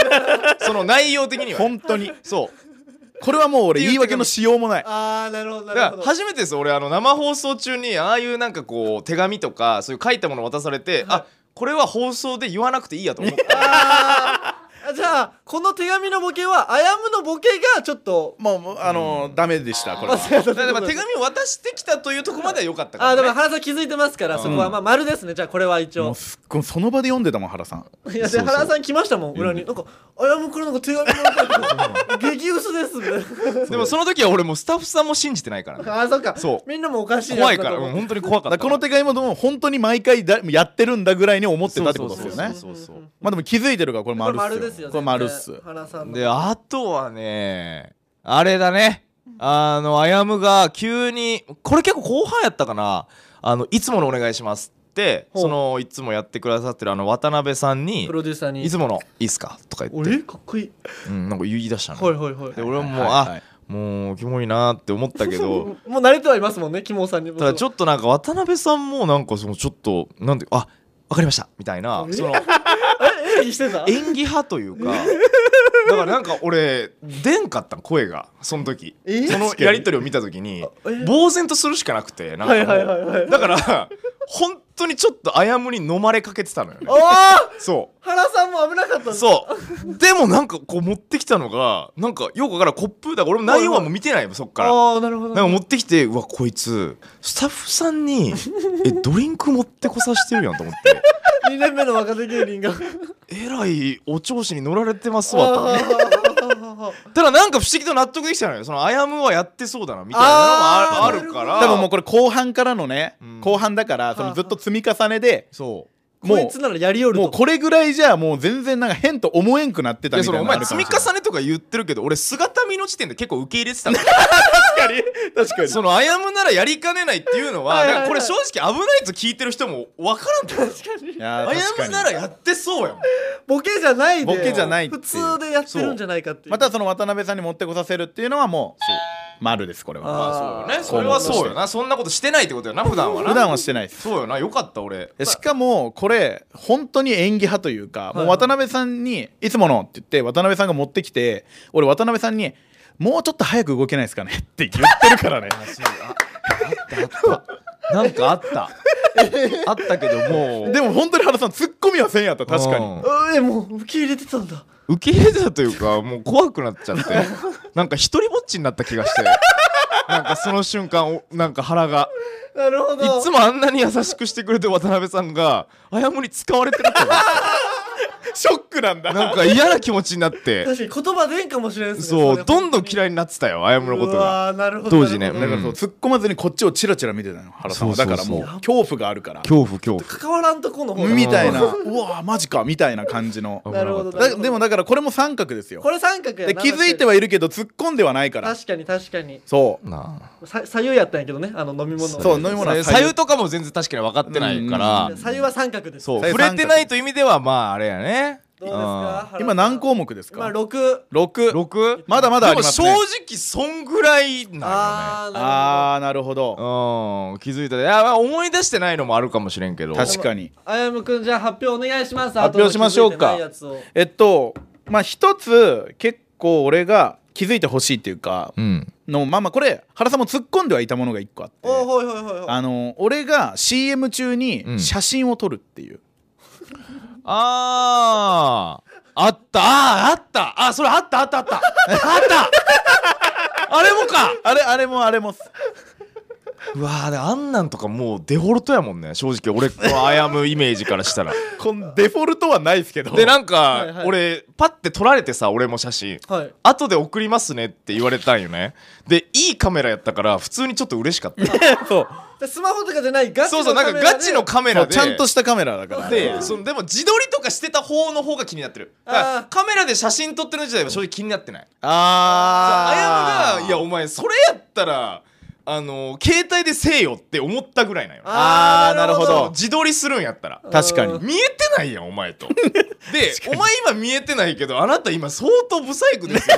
Speaker 4: その内容的には
Speaker 3: 本当に
Speaker 4: そう
Speaker 3: これはもう俺言い訳のしようもない
Speaker 2: ああなるほどな
Speaker 4: だ
Speaker 2: る
Speaker 4: か
Speaker 2: ほ
Speaker 4: ら
Speaker 2: ど
Speaker 4: 初めてです俺あの生放送中にああいうなんかこう手紙とかそういう書いたもの渡されて、あこれは放送で言わなくていいやと思った
Speaker 2: あーあじゃあこの手紙のボケはあやむのボケがちょっと
Speaker 3: もうもうあのーダメでしたこれは
Speaker 2: 忘れた
Speaker 4: だから手紙を渡してきたというとこまでは良かったか
Speaker 2: あ
Speaker 4: ら、
Speaker 2: ーで
Speaker 4: ね、
Speaker 2: も原さん気づいてますからそこはまあ丸ですねじゃあこれは一
Speaker 3: も
Speaker 2: 応
Speaker 3: うすっごいその場で読んでたもん原さん
Speaker 2: いやで
Speaker 4: そうそう
Speaker 2: 原さん来ましたもん裏になんか「あやむからなんか手紙もら ったけど激薄です」みたい
Speaker 4: でもその時は俺もうスタッフさんも信じてないからね、
Speaker 2: なあーそっか
Speaker 4: そう
Speaker 2: みんなもおかしいやつ
Speaker 4: 怖い
Speaker 2: だ
Speaker 4: か
Speaker 2: と
Speaker 4: ら
Speaker 2: 思
Speaker 4: も
Speaker 2: う
Speaker 4: う本当に怖か
Speaker 3: だか
Speaker 4: った
Speaker 3: らこの手紙もでも本当に毎回だやってるんだぐらいに思ってたってことですよね
Speaker 4: そうそうそうそう
Speaker 3: まあでも気づいてるからこれ
Speaker 2: これ
Speaker 3: 丸
Speaker 2: 丸
Speaker 3: っ
Speaker 2: ですす
Speaker 3: よ
Speaker 2: よ
Speaker 3: これ丸っす
Speaker 2: 絶対原さんの
Speaker 4: であとはねあれだねあのあやむが急にこれ結構後半やったかなあのいつものお願いしますって
Speaker 2: ほう
Speaker 4: そのいつもやってくださってるあの渡辺さんに
Speaker 2: プロデューサー
Speaker 4: 「
Speaker 2: に
Speaker 4: いつものいいっすか?」とか言っ
Speaker 2: 俺かっこいい
Speaker 4: て、うん、なんか言い出したの、
Speaker 2: はいはいはい
Speaker 4: で俺はもう、
Speaker 3: はいはい
Speaker 4: あもうキモいなって思った け ど
Speaker 2: もう慣れてはいますもんねキモさんにも
Speaker 4: ただち
Speaker 2: ょっ
Speaker 4: ょっとなんか渡辺さんもなんかそのちょっとなんであわかりましたみたいな
Speaker 2: え
Speaker 4: その
Speaker 2: と演技してた
Speaker 4: 演技派というかだからなんか俺出んかった声がその時
Speaker 2: え
Speaker 4: その
Speaker 3: 確かに
Speaker 4: やり取りを見た時に
Speaker 2: え
Speaker 4: 呆然とするしかなくてなんかもう
Speaker 2: はいはいはいはい
Speaker 4: だから本当にちょっとあやむに飲まれかけてたのよね
Speaker 2: おー
Speaker 4: そ
Speaker 2: 原さんも危なかったん
Speaker 4: う
Speaker 2: だ
Speaker 4: そうでもなんかこう持ってきたのがなんかよくわからんコップだから俺も内容はもう見てないよそっから
Speaker 2: ああなるほど
Speaker 4: なんか持ってきてうわこいつスタッフさ んにえドリンク持ってこさしてるやんと思って
Speaker 2: 2年目の若手芸人が
Speaker 4: えらいお調子に乗られてますわと思って
Speaker 2: あ
Speaker 4: ただなんか不思議と納得できたのよそのアヤムはやってそうだなみたいなのもあ
Speaker 2: あ
Speaker 4: あ
Speaker 2: ー
Speaker 4: るから
Speaker 3: 多分もうこれ後半からのね、
Speaker 4: うん
Speaker 3: 後半だからそのずっと積み重ねで
Speaker 4: そ
Speaker 2: ーこい
Speaker 3: も
Speaker 2: つならやりよ
Speaker 3: う
Speaker 2: る
Speaker 3: もう
Speaker 2: と
Speaker 3: これぐらいじゃもう全然なんか変と思えんくなって
Speaker 4: うい
Speaker 3: た
Speaker 4: や
Speaker 3: みた
Speaker 4: そ
Speaker 3: いな
Speaker 4: のお
Speaker 3: のあ
Speaker 4: 前
Speaker 3: るか
Speaker 4: 積
Speaker 3: も
Speaker 4: み
Speaker 3: しれない
Speaker 4: 重ねとか言ってるけど俺姿見の時点で結構受け入れてたの
Speaker 3: 確かに
Speaker 4: そのアヤムならやりかねないっていうのは
Speaker 2: はいはいはい
Speaker 4: なんかこれ正直危ないと聞いてる人も分からんと思うよ
Speaker 3: いやー
Speaker 4: アヤ
Speaker 3: 確か
Speaker 4: ム
Speaker 3: に
Speaker 4: ならやってそうやん
Speaker 2: ボケじゃないで
Speaker 3: ボケじゃないってい
Speaker 2: 普
Speaker 3: う
Speaker 2: 通でやってるんじゃないかっていう
Speaker 3: またその渡辺さんに持ってこさせるっていうのはもう丸ですこれは
Speaker 4: まあそうよね
Speaker 3: そう
Speaker 4: それはそうよなそんなことしてないってことやな普段はな
Speaker 3: 普段はしてないです
Speaker 4: そうよなよかった俺
Speaker 3: いやしかもこれ本当に演技派というか
Speaker 2: い
Speaker 3: もう渡辺さんに「いつもの」って言って渡辺さんが持ってきて俺渡辺さんに「もうちょっと早く動けないですかね」って言ってる からね
Speaker 4: ああったあったなんかあったあったけどもう
Speaker 3: でも本当に原さんツッコミはせんやった確か
Speaker 4: う
Speaker 3: に
Speaker 4: ん
Speaker 2: あえもう受け入れてたんだ
Speaker 4: 受け入れてたというかもう怖くなっちゃってなんか一人ぼっちになった気がしてなんかその瞬間おなんか腹が
Speaker 2: なるほ
Speaker 4: い
Speaker 2: ど
Speaker 4: つもあんなに優しくしてくれて渡辺さんがあやむに使われてると思って
Speaker 3: ショッックなんだ
Speaker 4: なんか嫌な気持ちになって
Speaker 2: 確かに言葉出んかもしれんっすね
Speaker 4: そうどんどん
Speaker 2: い
Speaker 4: 嫌いになってたよあやむのこと
Speaker 2: が
Speaker 4: が
Speaker 2: なるほど
Speaker 4: 当時ね
Speaker 2: なる
Speaker 3: だから
Speaker 4: うん
Speaker 3: そう突っ込まずにこっちをチラチラ見てたの原さんは
Speaker 4: そう
Speaker 3: だ
Speaker 4: そ
Speaker 3: か
Speaker 4: うそ
Speaker 3: ら
Speaker 4: う
Speaker 3: もう恐怖があるから
Speaker 4: 恐怖恐怖
Speaker 2: ほど関わらんとこの方だ
Speaker 3: みたいなうわマジかみたいな感じ の
Speaker 2: なるほど
Speaker 4: 危なか
Speaker 2: な
Speaker 4: っ
Speaker 2: る
Speaker 3: だでもだからこれも三角ですよ
Speaker 2: これ三角や
Speaker 3: で
Speaker 2: な
Speaker 3: 気づいてはいるけど突っ込んではないから
Speaker 2: 確かに確かに
Speaker 3: そ
Speaker 4: たな
Speaker 2: さ左右やったんやけどねあの飲み物
Speaker 3: うそう飲み物は
Speaker 4: あ
Speaker 3: 左
Speaker 4: 左
Speaker 3: 右
Speaker 4: 右とかも全然確かに分かってないから
Speaker 2: 左右は三角です
Speaker 4: そう
Speaker 3: 左
Speaker 4: 触
Speaker 3: 右三角
Speaker 4: れてないという意味ではまああれやね
Speaker 2: どうですか原
Speaker 3: 今何項目です
Speaker 2: 今
Speaker 3: か
Speaker 2: 六
Speaker 4: うん
Speaker 3: 6
Speaker 4: 6?
Speaker 3: まだまだありますね
Speaker 4: でも正直そんぐらいなんよね
Speaker 2: あーな
Speaker 3: あーなるほど
Speaker 4: うん気づいたいやまあ思い出してないのもあるかもしれんけど
Speaker 3: 確かに
Speaker 2: るほどあやむくんじゃあ発表お願いします
Speaker 3: 発表しましょう
Speaker 2: 後の気づいて
Speaker 3: か
Speaker 2: ないやつを
Speaker 3: えっとまあ一つ結構俺が気づいてほしいっていうか
Speaker 4: うん
Speaker 3: のまあまあこれ原さんも突っ込んではいたものが一個あって
Speaker 2: おーほいほいほいほい
Speaker 3: あの俺が CM 中
Speaker 4: う
Speaker 3: に
Speaker 4: ん
Speaker 3: 写真を撮るっていう、
Speaker 4: あーあったあーあったあそれあったあったあった あったあれもか
Speaker 3: あれあれもあれも
Speaker 4: うわーであんなんとかもうデフォルトやもんね正直俺こうあやむイメージからしたら
Speaker 3: こんデフォルトはないです けど
Speaker 4: でなん
Speaker 2: いは
Speaker 4: か
Speaker 2: い
Speaker 4: 俺パッて撮られてさ俺も写真
Speaker 2: はい
Speaker 4: 後で送りますねって言われたんよねでいいカメラやったから普通にちょっと嬉しかった
Speaker 3: そう
Speaker 2: でスマホとかじゃないガチ
Speaker 4: そう
Speaker 2: の
Speaker 4: そうなんかガチのカメ
Speaker 3: そ
Speaker 4: ラ
Speaker 3: う
Speaker 4: で
Speaker 3: ちゃんとしたカメラだから
Speaker 4: でそのでも自撮りとかしてた方の方が気になってるだか
Speaker 2: あ
Speaker 4: ら
Speaker 2: ー
Speaker 4: カメラで写真撮ってる時代は正直気になってないあ
Speaker 3: あ
Speaker 4: やむ
Speaker 3: ー
Speaker 4: が「いやお前それやったらあの携帯でせえよ」って思ったぐらいなんよね
Speaker 3: あー
Speaker 2: ー
Speaker 3: なるほ
Speaker 4: そう
Speaker 3: ど
Speaker 4: 自撮りするんやったら
Speaker 3: 確かに
Speaker 4: 見えてないやんお前とでお前今見えてないけどあなた今相当不細工ですよ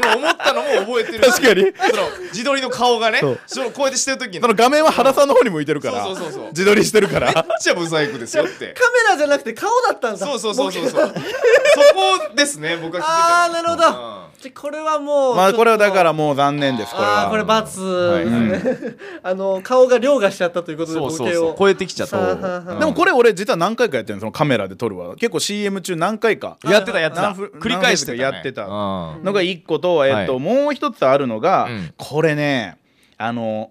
Speaker 4: その思ったのも覚えてるし
Speaker 3: 確かに
Speaker 4: その自撮りの顔がね
Speaker 3: そう
Speaker 4: そのこうやってしてる時に
Speaker 3: その画面は原さんの方に向いてるから
Speaker 4: そうそうそうそう
Speaker 3: 自撮りしてるから
Speaker 4: めっちゃ不細工ですよって
Speaker 2: カメラじゃなくて顔だったんだ
Speaker 4: そうそうそうそう
Speaker 2: 僕
Speaker 4: そうそこですね僕は聞いてた
Speaker 2: ああなるほど
Speaker 4: うん
Speaker 2: じゃあこれはもう
Speaker 3: まあこれはだかららもう残念ですこれ
Speaker 2: ああ
Speaker 3: は
Speaker 2: ーこれ罰ですね、
Speaker 4: は
Speaker 2: あの顔が凌駕しちゃったということで
Speaker 4: そう
Speaker 2: ボ
Speaker 4: そう
Speaker 2: ケ
Speaker 4: そう
Speaker 2: を
Speaker 4: 超えてきちゃった
Speaker 2: さあはあはあ
Speaker 3: でもこれ俺実は何回かやってるんですそのカメラで撮るわ結構 CM 中何回か
Speaker 4: やってたやってた
Speaker 3: 何分
Speaker 4: 繰り返してたね
Speaker 3: 何分かやってた
Speaker 4: うん
Speaker 3: のが1個と、えっと
Speaker 4: はい
Speaker 3: もう一つあるのが、
Speaker 4: うん
Speaker 3: これねあの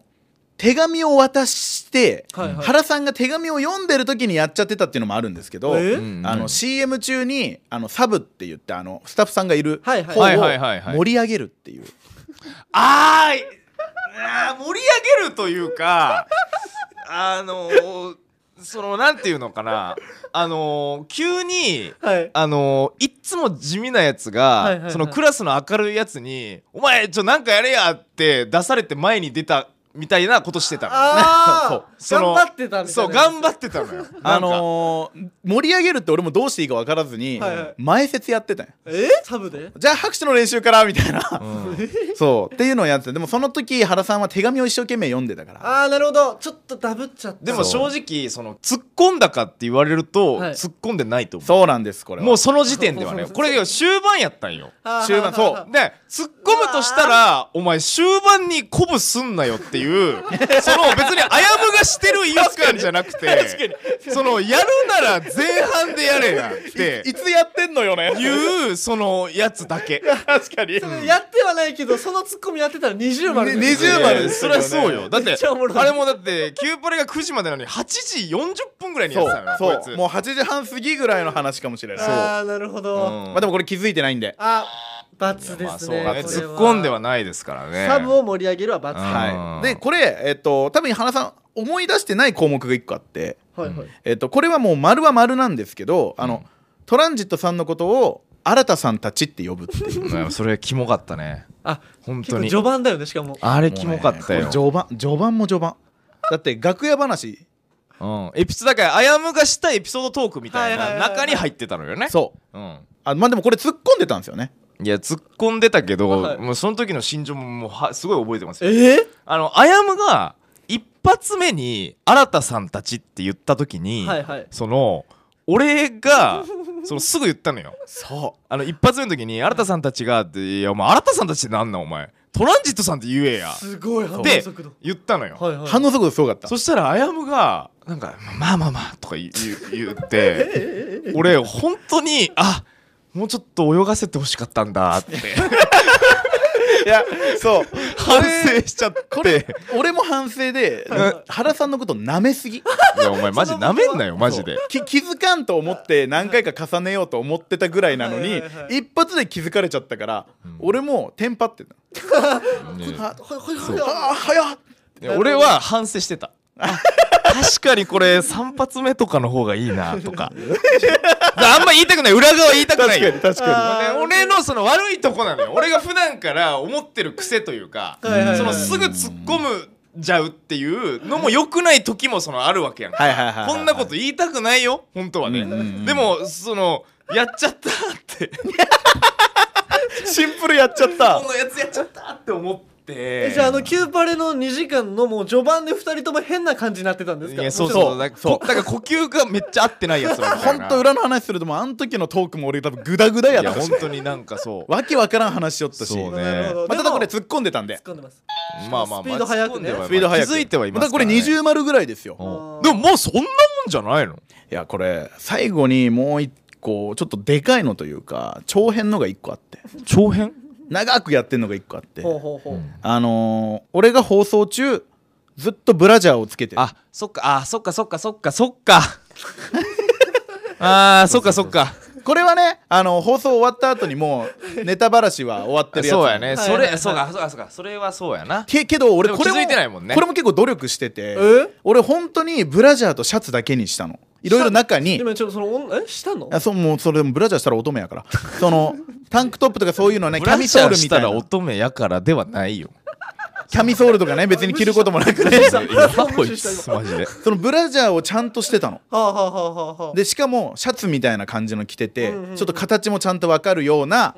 Speaker 3: 手紙を渡して、
Speaker 2: はいはい
Speaker 3: 原さんが手紙を読んでる時にやっちゃってたっていうのもあるんですけど、
Speaker 2: え
Speaker 4: うん
Speaker 3: あの CM 中にあのサブって言ってあのスタッフさんがいる
Speaker 2: は
Speaker 3: 方
Speaker 2: い
Speaker 3: を
Speaker 2: はい
Speaker 4: はいはいはいはい
Speaker 3: 盛り上げるっていう、
Speaker 4: あーいあー盛り上げるというかあのーそのなんていうのかなあのー急に
Speaker 2: はい
Speaker 4: あのーいっつも地味なやつが、
Speaker 2: はいはいはい
Speaker 4: そのクラスの明るいやつに「お前ちょなんかやれや!」って出されて前に出たみたいなことしてたの
Speaker 2: ああ
Speaker 4: その
Speaker 2: 頑張ってたみたいな
Speaker 4: そう頑張って たのよ
Speaker 3: あのー盛り上げるって俺もどうしていいか分からずに、
Speaker 2: はいはい
Speaker 3: 前説やってたよ
Speaker 2: えサブで
Speaker 3: じゃあ拍手の練習からみたいな、
Speaker 4: なんかうん
Speaker 3: そうっていうのをやってたでもその時原さんは手紙を一生懸命読んでたから
Speaker 2: ああなるほどちょっとダブっちゃった
Speaker 4: でも正直その突っ込んだかって言われると、
Speaker 2: はい
Speaker 4: 突っ込んでないと思う
Speaker 3: そうなんですこれは
Speaker 4: もうその時点ではね
Speaker 2: そうそうそう
Speaker 4: これが終盤やった んよ
Speaker 2: はあはあはあ
Speaker 3: 終盤そう
Speaker 4: で突っ込むとしたらお前終盤に鼓舞すんなよっていう その別にあやむがしてる違和感じゃな くてそのやるなら前半でやれやって
Speaker 3: いつやってんのよね
Speaker 4: いうそのやつだけ
Speaker 3: 確かに
Speaker 2: それやってはないけどそのツッコミやってたら20丸
Speaker 3: ね20丸です
Speaker 4: そ
Speaker 3: よ
Speaker 4: り
Speaker 3: ね
Speaker 4: ゃそうよだっ
Speaker 2: め
Speaker 4: て
Speaker 2: っちゃおもろい
Speaker 4: あれもだってキューパレが9時までなのに8時40分ぐらいにやっ
Speaker 3: そ
Speaker 4: てたの
Speaker 3: う
Speaker 4: よこい
Speaker 3: そ
Speaker 4: つ
Speaker 3: うもう8時半過ぎぐらいの話かもしれない
Speaker 2: ああなるほど、
Speaker 4: うん
Speaker 3: まあでもこれ気づいてないんで
Speaker 2: あ罰
Speaker 4: ま
Speaker 2: で
Speaker 4: あ
Speaker 2: す
Speaker 4: そう
Speaker 2: ね,、
Speaker 4: ね
Speaker 2: これ
Speaker 4: 突っ込んではないですからね
Speaker 2: サブを盛り上げるは罰、
Speaker 4: うん
Speaker 2: はい
Speaker 3: はいでこれえっと多分原さん思い出してない項目が1個あって
Speaker 2: はいはい
Speaker 3: えっとこれはもう丸は丸なんですけどあのトランジットさんのことを新田さんたちって呼ぶっていう
Speaker 4: うんそれキモかったね
Speaker 2: あ
Speaker 4: 本
Speaker 2: 結
Speaker 4: 当
Speaker 2: 構
Speaker 4: に
Speaker 2: 序盤だよねしかも
Speaker 4: あれキモかったよ、
Speaker 3: もうねこれ序盤序盤も序盤だって楽屋話
Speaker 4: うん、エピソードだからあやむがしたエピソードトークみた
Speaker 2: はい
Speaker 4: いな
Speaker 2: はいはいはい
Speaker 4: 中に入ってたのよね
Speaker 3: そう
Speaker 4: う、ん、
Speaker 3: あまあでもこれ突っ込んでたんですよね
Speaker 4: いや突っ込んでたけど、
Speaker 2: はい
Speaker 4: もうその時の心情ももうはすごい覚えてますよ
Speaker 2: ええ
Speaker 4: あのあやむが一発目に「新田さんたち」って言った時に、
Speaker 2: はいはい
Speaker 4: その俺がそのすぐ言ったのよ
Speaker 3: そ
Speaker 4: あの一発目の時に「新田さんたちが」って「いやお前新田さんたちってなんなんお前トランジットさんって言えや」
Speaker 2: すごい反応
Speaker 4: で
Speaker 2: 速度
Speaker 4: 言ったのよ、
Speaker 2: はいは
Speaker 3: う
Speaker 2: い
Speaker 3: 反応速度すごかった
Speaker 4: そしたらあやむがなんか「まあまあまあ」とか言う言う言って 俺本当にあもうちょっと泳がせてほしかったんだって
Speaker 3: いやそう
Speaker 4: 反省しちゃって
Speaker 3: 俺も反省で
Speaker 2: うん
Speaker 3: 原さんのこと舐めすぎ
Speaker 4: いやお前マジなめんなよマジで
Speaker 3: き気づかんと思って何回か重ねようと思ってたぐらいなの
Speaker 2: は
Speaker 3: に
Speaker 2: いはいはい
Speaker 3: 一発で気づかれちゃったから俺もテンパってた
Speaker 4: ね
Speaker 3: あ
Speaker 2: ほいほいほい
Speaker 3: あ早っ
Speaker 4: いや俺は反省してた確かにこれ3発目とかの方がいいな とかあんま言いたくない裏側言いたくな
Speaker 3: 確
Speaker 4: い
Speaker 3: か
Speaker 4: よ
Speaker 3: に確か
Speaker 2: あー
Speaker 4: 俺のその悪いとこなのよ俺が普段から思ってる癖というか
Speaker 2: はいはいはい
Speaker 4: そのすぐ突っ込むじゃうっていうのも良くない時もそのあるわけやんか
Speaker 3: はいはいはいはいはい
Speaker 4: こんなこと言いたくないよ本当はね、
Speaker 3: うんうんうん
Speaker 4: でもそのやっちゃったって
Speaker 3: にシンプルやっちゃった
Speaker 4: このやつやっちゃったって思って
Speaker 2: えじゃああのキューパレの2時間のもう序盤で2人とも変な感じになってたんです
Speaker 4: い
Speaker 2: か
Speaker 4: やそう
Speaker 2: も
Speaker 4: そ
Speaker 2: ち
Speaker 4: うだからこだから呼吸がめっちゃ合ってないやつなんだ
Speaker 3: 本当裏の話するともうあの時のトークも俺多分グダグダ
Speaker 4: い
Speaker 3: やっ
Speaker 4: や
Speaker 3: た
Speaker 4: 本
Speaker 3: し
Speaker 4: 当になんかそう
Speaker 3: わけわからん話しよったし
Speaker 4: そう
Speaker 2: ょっとなるほ
Speaker 4: ね
Speaker 2: ど
Speaker 3: まあただこれ
Speaker 2: でも
Speaker 3: 突っ込んでたんで
Speaker 2: 突っ込んでます
Speaker 4: まあまあまあ
Speaker 2: スピード速くね
Speaker 4: 突っ込んではいます
Speaker 3: スピード速く
Speaker 4: 気づいてはい
Speaker 3: だ
Speaker 4: ます
Speaker 3: からこれ20丸ぐらいですよ
Speaker 4: うんでももうそんなもんじゃないの
Speaker 3: いやこれ最後にもう一個ちょっとでかいのというか長編のが一個あって
Speaker 4: 長編
Speaker 3: 長くやってんのが一個あって
Speaker 2: ほうほうほう、
Speaker 3: あのー俺が放送中ずっとブラジャーをつけてる
Speaker 4: あそっかあそっかそっかそっかそっ かあーそっかそっか
Speaker 3: これはねあの放送終わった後にも うネタばらしは終わってるやつ
Speaker 4: そうやねそ
Speaker 2: はいはいは
Speaker 4: れ
Speaker 2: い
Speaker 4: そうかそうかそうかそれはそうやな
Speaker 3: けけど俺
Speaker 4: でも
Speaker 3: これ
Speaker 4: 気づいてないもんね
Speaker 3: これも結構努力してて
Speaker 2: え
Speaker 3: 俺本当にブラジャーとシャツだけにしたのいろいろ中に
Speaker 2: 今ちょっとその女えしたの
Speaker 3: あそうもうそれでもブラジャーしたら乙女やからそ のタンクトップとかそういうのはねキャミソールみたいな
Speaker 4: 乙女やからではない よ
Speaker 3: キャミソールとかね別に着ることもなく ね
Speaker 4: 今こいつマジで
Speaker 3: そのブラジャーをちゃんとしてたの
Speaker 2: はあはあはあはあはあ
Speaker 3: でしかもシャツみたいな感じの着てて、
Speaker 2: うんうんうん
Speaker 3: ちょっと形もちゃんと分かるよ うな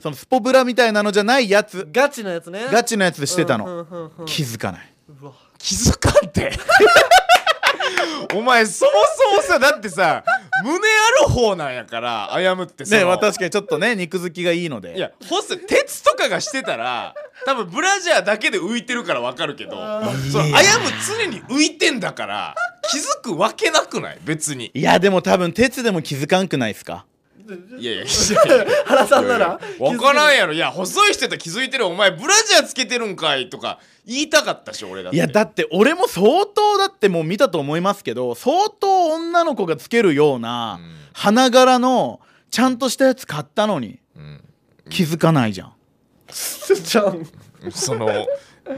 Speaker 3: そのスポブラみたいなのじゃないやつ
Speaker 2: ガチなやつね
Speaker 3: ガ
Speaker 2: チ
Speaker 3: チのやつでしてたの、
Speaker 2: うんうんうんうん
Speaker 3: 気づかないう
Speaker 2: わ
Speaker 4: 気づかんてお前そもそもさだってさ胸ある方なんやからあやむってさ、
Speaker 3: ねまあ確かにちょっとね肉付きがいいので
Speaker 4: いやホス鉄とかがしてたら多分ブラジャーだけで浮いてるからわかるけどそのあやむ常に浮いてんだから気づくわけなくない別に
Speaker 3: いやでも多分鉄でも気づかんくないですか
Speaker 4: いやいやいやいや
Speaker 2: 原さんなら
Speaker 4: 分からん
Speaker 2: や
Speaker 4: やろいや細い人やったら気づいてるお前ブラジャーつけてるんかいとか言いたかったし俺だって
Speaker 3: いやだって俺も相当だってもう見たと思いますけど相当女の子がつけるような
Speaker 4: うん
Speaker 3: 花柄のちゃんとしたやつ買ったのに
Speaker 4: うん
Speaker 3: 気づかないじゃん
Speaker 2: ちゃん
Speaker 4: その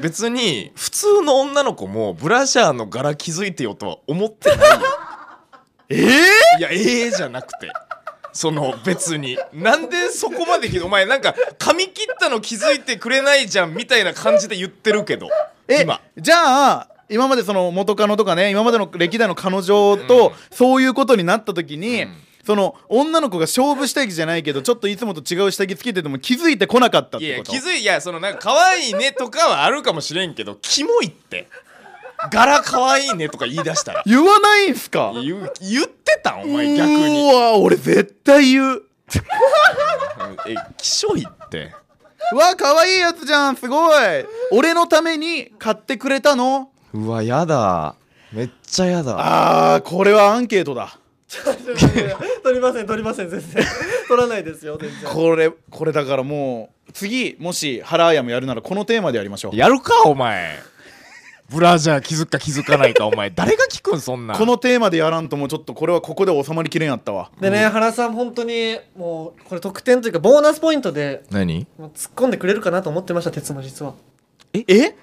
Speaker 4: 別に普通の女の子もブラジャーの柄気づいてよとは思ってないよ
Speaker 3: ええ
Speaker 4: いやええじゃなくてその別になんでそこまでひどいお前なんか髪切ったの気づいてくれないじゃんみたいな感じで言ってるけど
Speaker 3: え
Speaker 4: 今
Speaker 3: じゃあ今までその元カノとかね今までの歴代の彼女とそういうことになった時に、
Speaker 4: うん
Speaker 3: その女の子が勝負下着じゃないけどちょっといつもと違う下着つけてても気づいてこなかったっ
Speaker 4: い
Speaker 3: て
Speaker 4: やいや
Speaker 3: こと
Speaker 4: 気づいいやそのなんか可愛いねとかはあるかもしれんけどキモいって柄可愛いねとか言い出したら
Speaker 3: 言わないんすか
Speaker 4: 言う言ってたんお前逆
Speaker 3: う
Speaker 4: に
Speaker 3: ーわ俺絶対言う
Speaker 4: えきしょいって
Speaker 3: うわ可愛いやつじゃんすごい俺のために買ってくれたの
Speaker 4: うわやだめっちゃやだ
Speaker 3: あーこれはアンケートだ
Speaker 2: 取りません取りません全 然取らないですよ全然
Speaker 3: これこれだからもう次もし原彩もやるならこのテーマでやりましょう
Speaker 4: やるかお前ブラジャー気づくか気づかないかお前誰が聞くんそんなん
Speaker 3: このテーマでやらんともうちょっとこれはここで収まりきれんやったわ
Speaker 2: でね原さん本当にもうこれ得点というかボーナスポイントで
Speaker 4: 何
Speaker 2: もう突っ込んでくれるかなと思ってました鉄も実は
Speaker 3: ええ
Speaker 2: 立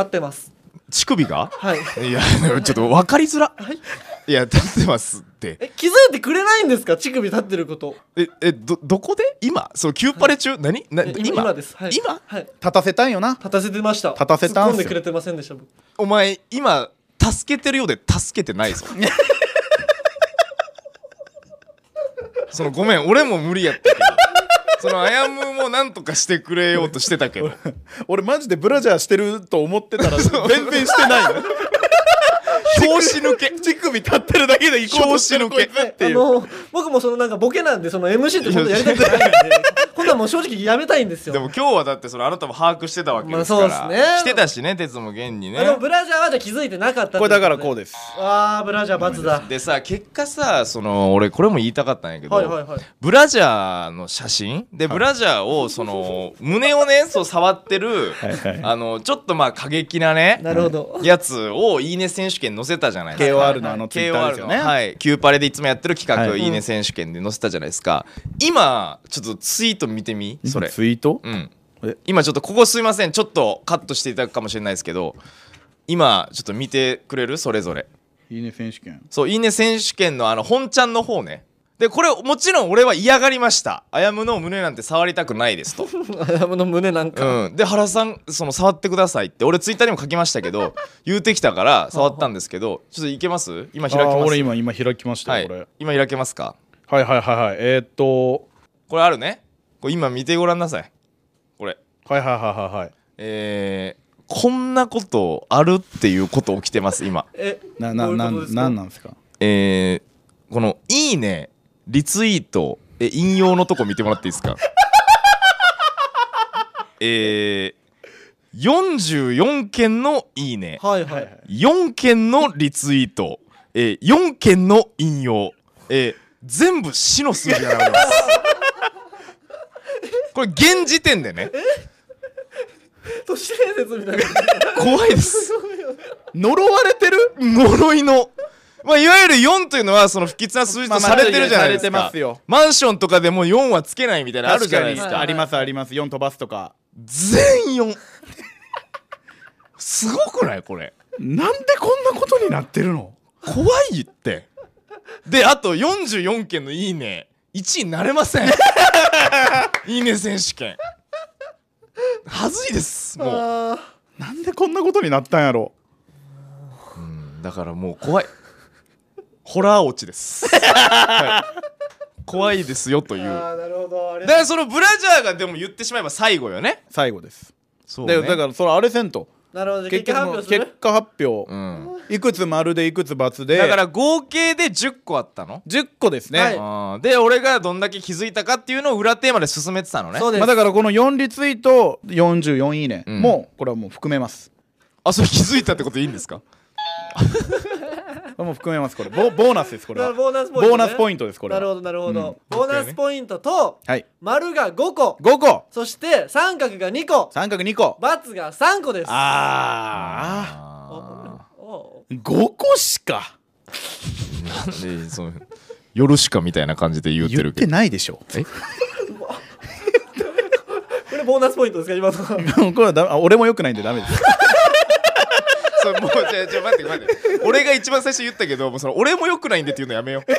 Speaker 2: ってます
Speaker 4: 乳首が
Speaker 2: はい
Speaker 4: いやちょっと分かりづら
Speaker 2: はい
Speaker 4: いや立ってますって
Speaker 2: え気づいてくれないんですか乳首立ってること
Speaker 4: ええどどこで今そうキューパレ中、何な
Speaker 2: え
Speaker 4: 今
Speaker 2: 今今ですはい
Speaker 4: 今
Speaker 2: はい
Speaker 3: 立たせたいよな
Speaker 2: 立たせてました
Speaker 3: 立たせた
Speaker 2: 突っ
Speaker 3: んすよ
Speaker 2: 込んでくれてませんでした僕
Speaker 4: お前今助けてるようで助けてないぞそのごめん俺も無理やったけどそのあやむもなんとかしてくれようとしてたけど
Speaker 3: 俺マジでブラジャーしてると思ってたら全然してないよ
Speaker 4: 拍子抜け乳首立ってるだけで行こうとしてる
Speaker 3: 拍子抜け
Speaker 4: こいつ
Speaker 3: ていう
Speaker 2: あの僕もそのなんかボケなんでその MC って本当やりたくないんでほんならもう正直やめたいんですよ
Speaker 4: でも今日はだってそれあなたも把握してたわけですから、
Speaker 2: まあそうっすね
Speaker 4: 来てたしね哲も現にね
Speaker 2: あでもブラジャーはじゃあ気づいてなかった
Speaker 3: これだからこう
Speaker 2: で
Speaker 3: です
Speaker 2: あーブラジャー罰だ
Speaker 4: でさ結果さその俺これも言いたかったんやけど、
Speaker 2: はいはいはい
Speaker 4: ブラジャーの写真でブラジャーをその胸をねそう触ってるあのちょっとまあ過激なね
Speaker 2: なるほど
Speaker 4: やつをいいね選手権載せたじゃないですか
Speaker 3: KOR のあのツイッターです
Speaker 4: KOR
Speaker 3: よ
Speaker 4: の、
Speaker 3: ね
Speaker 4: はい、キューパレでいつもやってる企画、
Speaker 3: はい
Speaker 4: い、いね選手権で載せたじゃないですか今ちょっとツイート見てみそれ
Speaker 3: ツイート
Speaker 4: うん
Speaker 3: え
Speaker 4: 今ちょっとここすいませんちょっとカットしていただくかもしれないですけど今ちょっと見てくれるそれぞれ
Speaker 3: いいね選手権
Speaker 4: そう、いいね選手権のあの、本ちゃんの方ね。で、これ、もちろん俺は嫌がりました。あやむの胸なんて触りたくないですと。
Speaker 2: アヤムの胸なんか、
Speaker 4: うん。で、原さん、その、触ってくださいって、俺ツイッターにも書きましたけど、言うてきたから、触ったんですけど、ちょっといけます今開き
Speaker 3: あー
Speaker 4: ます。
Speaker 3: 俺今今開きました
Speaker 4: は
Speaker 3: よ
Speaker 4: い
Speaker 3: これ。
Speaker 4: 今開けますか
Speaker 3: はいはいはいはいえー、っと
Speaker 4: これあるね。これ今見てごらんなさい。これ。
Speaker 3: はいはいはいはいはい
Speaker 4: えー、こんなことあるっていうこと起きてます、今。
Speaker 2: え
Speaker 3: なな
Speaker 2: どういう
Speaker 3: な
Speaker 2: ことです
Speaker 3: ん
Speaker 2: か
Speaker 3: なんなんですか
Speaker 4: えー、この「いいね」リツイートえ引用のとこ見てもらっていいですかえー、44件の「いいね
Speaker 2: はいはい、
Speaker 3: はい」
Speaker 4: 4件のリツイート、えー、4件の引用、えー、全部死の数字が並びますこれ現時点でね
Speaker 2: 都市伝説みたいな
Speaker 4: 怖いです
Speaker 3: 呪われてる
Speaker 4: 呪いの、まあ、いわゆる4というのはその不吉な数字と
Speaker 3: まあ
Speaker 4: されてるじゃないです
Speaker 3: されて
Speaker 4: か、
Speaker 3: ますよ
Speaker 4: マンションとかでも4はつけないみたいなのあるじゃないですか
Speaker 2: 確かに
Speaker 3: ありますあります4飛ばすとか
Speaker 4: 全4すごくないこれ
Speaker 3: なんでこんなことになってるの
Speaker 4: 怖いってであと44件の「いいね」1位になれま せんいいね選手権はずいですも
Speaker 2: あ
Speaker 3: なんでこんなことになったんやろ
Speaker 4: うだからもう怖いホラー落ちです、はい怖いですよとい
Speaker 2: ー
Speaker 4: う
Speaker 2: あーなるほどあれ
Speaker 4: だからそのブラジャーがでも言ってしまえば最後よね。
Speaker 3: 最後です
Speaker 4: そ
Speaker 3: でだからそれあれせんと
Speaker 2: なるほど結
Speaker 3: 結
Speaker 2: 果発
Speaker 3: 局もう
Speaker 2: 表する
Speaker 3: 結果発表、
Speaker 4: うん、
Speaker 3: いくつ丸でいくつ×で
Speaker 4: だから合計で10個あったの、
Speaker 3: 10個ですね、
Speaker 2: はい
Speaker 4: あーで俺がどんだけ気づいたかっていうのを裏テーマで進めてたのね
Speaker 2: そうです、
Speaker 3: まあ、だからこの4リツイート44いいね、
Speaker 4: うん
Speaker 3: もうこれはもう含めます
Speaker 4: あそれ気づいたってこといいんです か
Speaker 3: もう含めますこれボボーナスですこれ
Speaker 2: な
Speaker 3: は
Speaker 2: るボーナスポイント、ね、
Speaker 3: ボーナスポイントですこれ
Speaker 2: なる
Speaker 3: は
Speaker 2: ほどなるほど、
Speaker 3: うん
Speaker 2: ボーナスポイントと
Speaker 3: はい
Speaker 2: 丸が5個
Speaker 3: 5個
Speaker 2: そして三角が2個
Speaker 3: 三角2個
Speaker 2: ×が3個です
Speaker 3: あ
Speaker 4: あ
Speaker 2: お
Speaker 3: ー5個しか
Speaker 4: ーでその夜しかみたいな感じで言って
Speaker 3: 言
Speaker 4: る
Speaker 3: って
Speaker 4: けど
Speaker 3: ないでしょ
Speaker 2: これボーナスポイントですか今の は
Speaker 3: これはだあ俺もよくないんでダメです
Speaker 4: それもうじゃあじゃあ待って待って俺が一番最初言ったけどもうその俺もよくないんでっていうのや めよう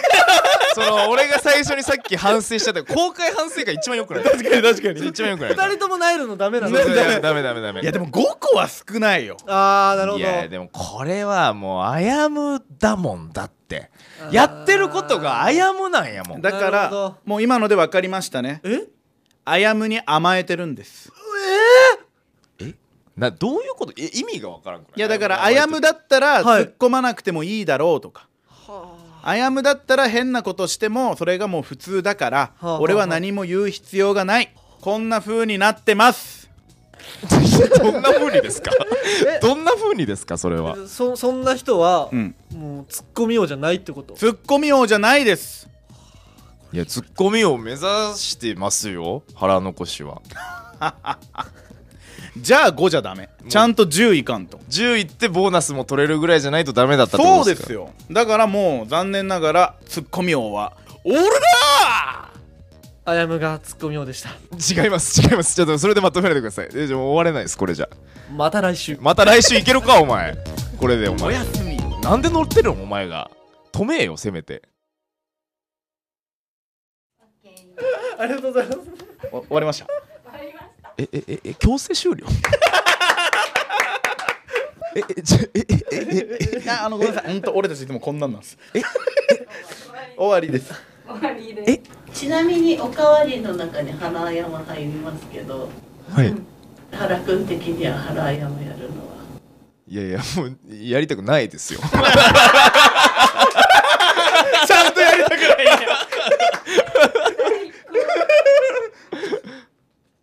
Speaker 4: その俺が最初にさっき反省しちゃった公開反省が一番よくない
Speaker 3: 確かに確かに
Speaker 4: 一番よくない
Speaker 2: 二人ともなえるのダメなの
Speaker 4: そうそういやダメダメダメ
Speaker 3: いやでも5個は少ないよ
Speaker 2: ああなるほ
Speaker 4: い
Speaker 2: ど
Speaker 4: やでもこれはもうあやむだもんだってやってることがあやむなんやもん
Speaker 3: だ
Speaker 2: な
Speaker 3: か
Speaker 2: るほど
Speaker 3: らもう今ので分かりましたね
Speaker 2: え
Speaker 3: あやむに甘えてるんです
Speaker 4: などういうことえ意味がわからんくない
Speaker 3: いやだからあやむだったら
Speaker 2: はい
Speaker 3: 突っ込まなくてもいいだろうとか、あやむだったら変なことしてもそれがもう普通だから、
Speaker 2: あはあ
Speaker 3: 俺は何も言う必要がないこんな風になってます
Speaker 4: どんな風にですかどんな風にですかそれは
Speaker 2: そそんな人は、
Speaker 3: うん
Speaker 2: もうツッコミ王じゃないってこと
Speaker 3: ツッコミ王じゃないです
Speaker 4: いやツッコミを目指してますよ腹残しは
Speaker 3: じゃあ5じゃダメちゃんと10いかんと
Speaker 4: 10いってボーナスも取れるぐらいじゃないとダメだったって
Speaker 3: そ
Speaker 4: こ
Speaker 3: う
Speaker 4: と
Speaker 3: です
Speaker 4: か
Speaker 3: よだからもう残念ながらツッコミ王は俺だ
Speaker 2: あやむがツッコミ王でした
Speaker 4: 違います違いますちょっとそれでまとめないでくださいえじゃあもう終われないですこれじゃ
Speaker 2: また来週
Speaker 4: また来週いけるかお前これでお前
Speaker 3: すみ
Speaker 4: なんで乗ってるんお前が止めえよせめて
Speaker 2: ありがとうございます
Speaker 3: お終わりました
Speaker 4: ええええ強制終了 ええちょえええええ
Speaker 3: いやあのごめんなさ い本当俺たちいつもこんなんなんです 終わりです
Speaker 5: ちなみにおかわりの中に原山入りますけど
Speaker 4: はい
Speaker 5: 原君的には原山やるのはい
Speaker 4: やいやもうやりたくないですよ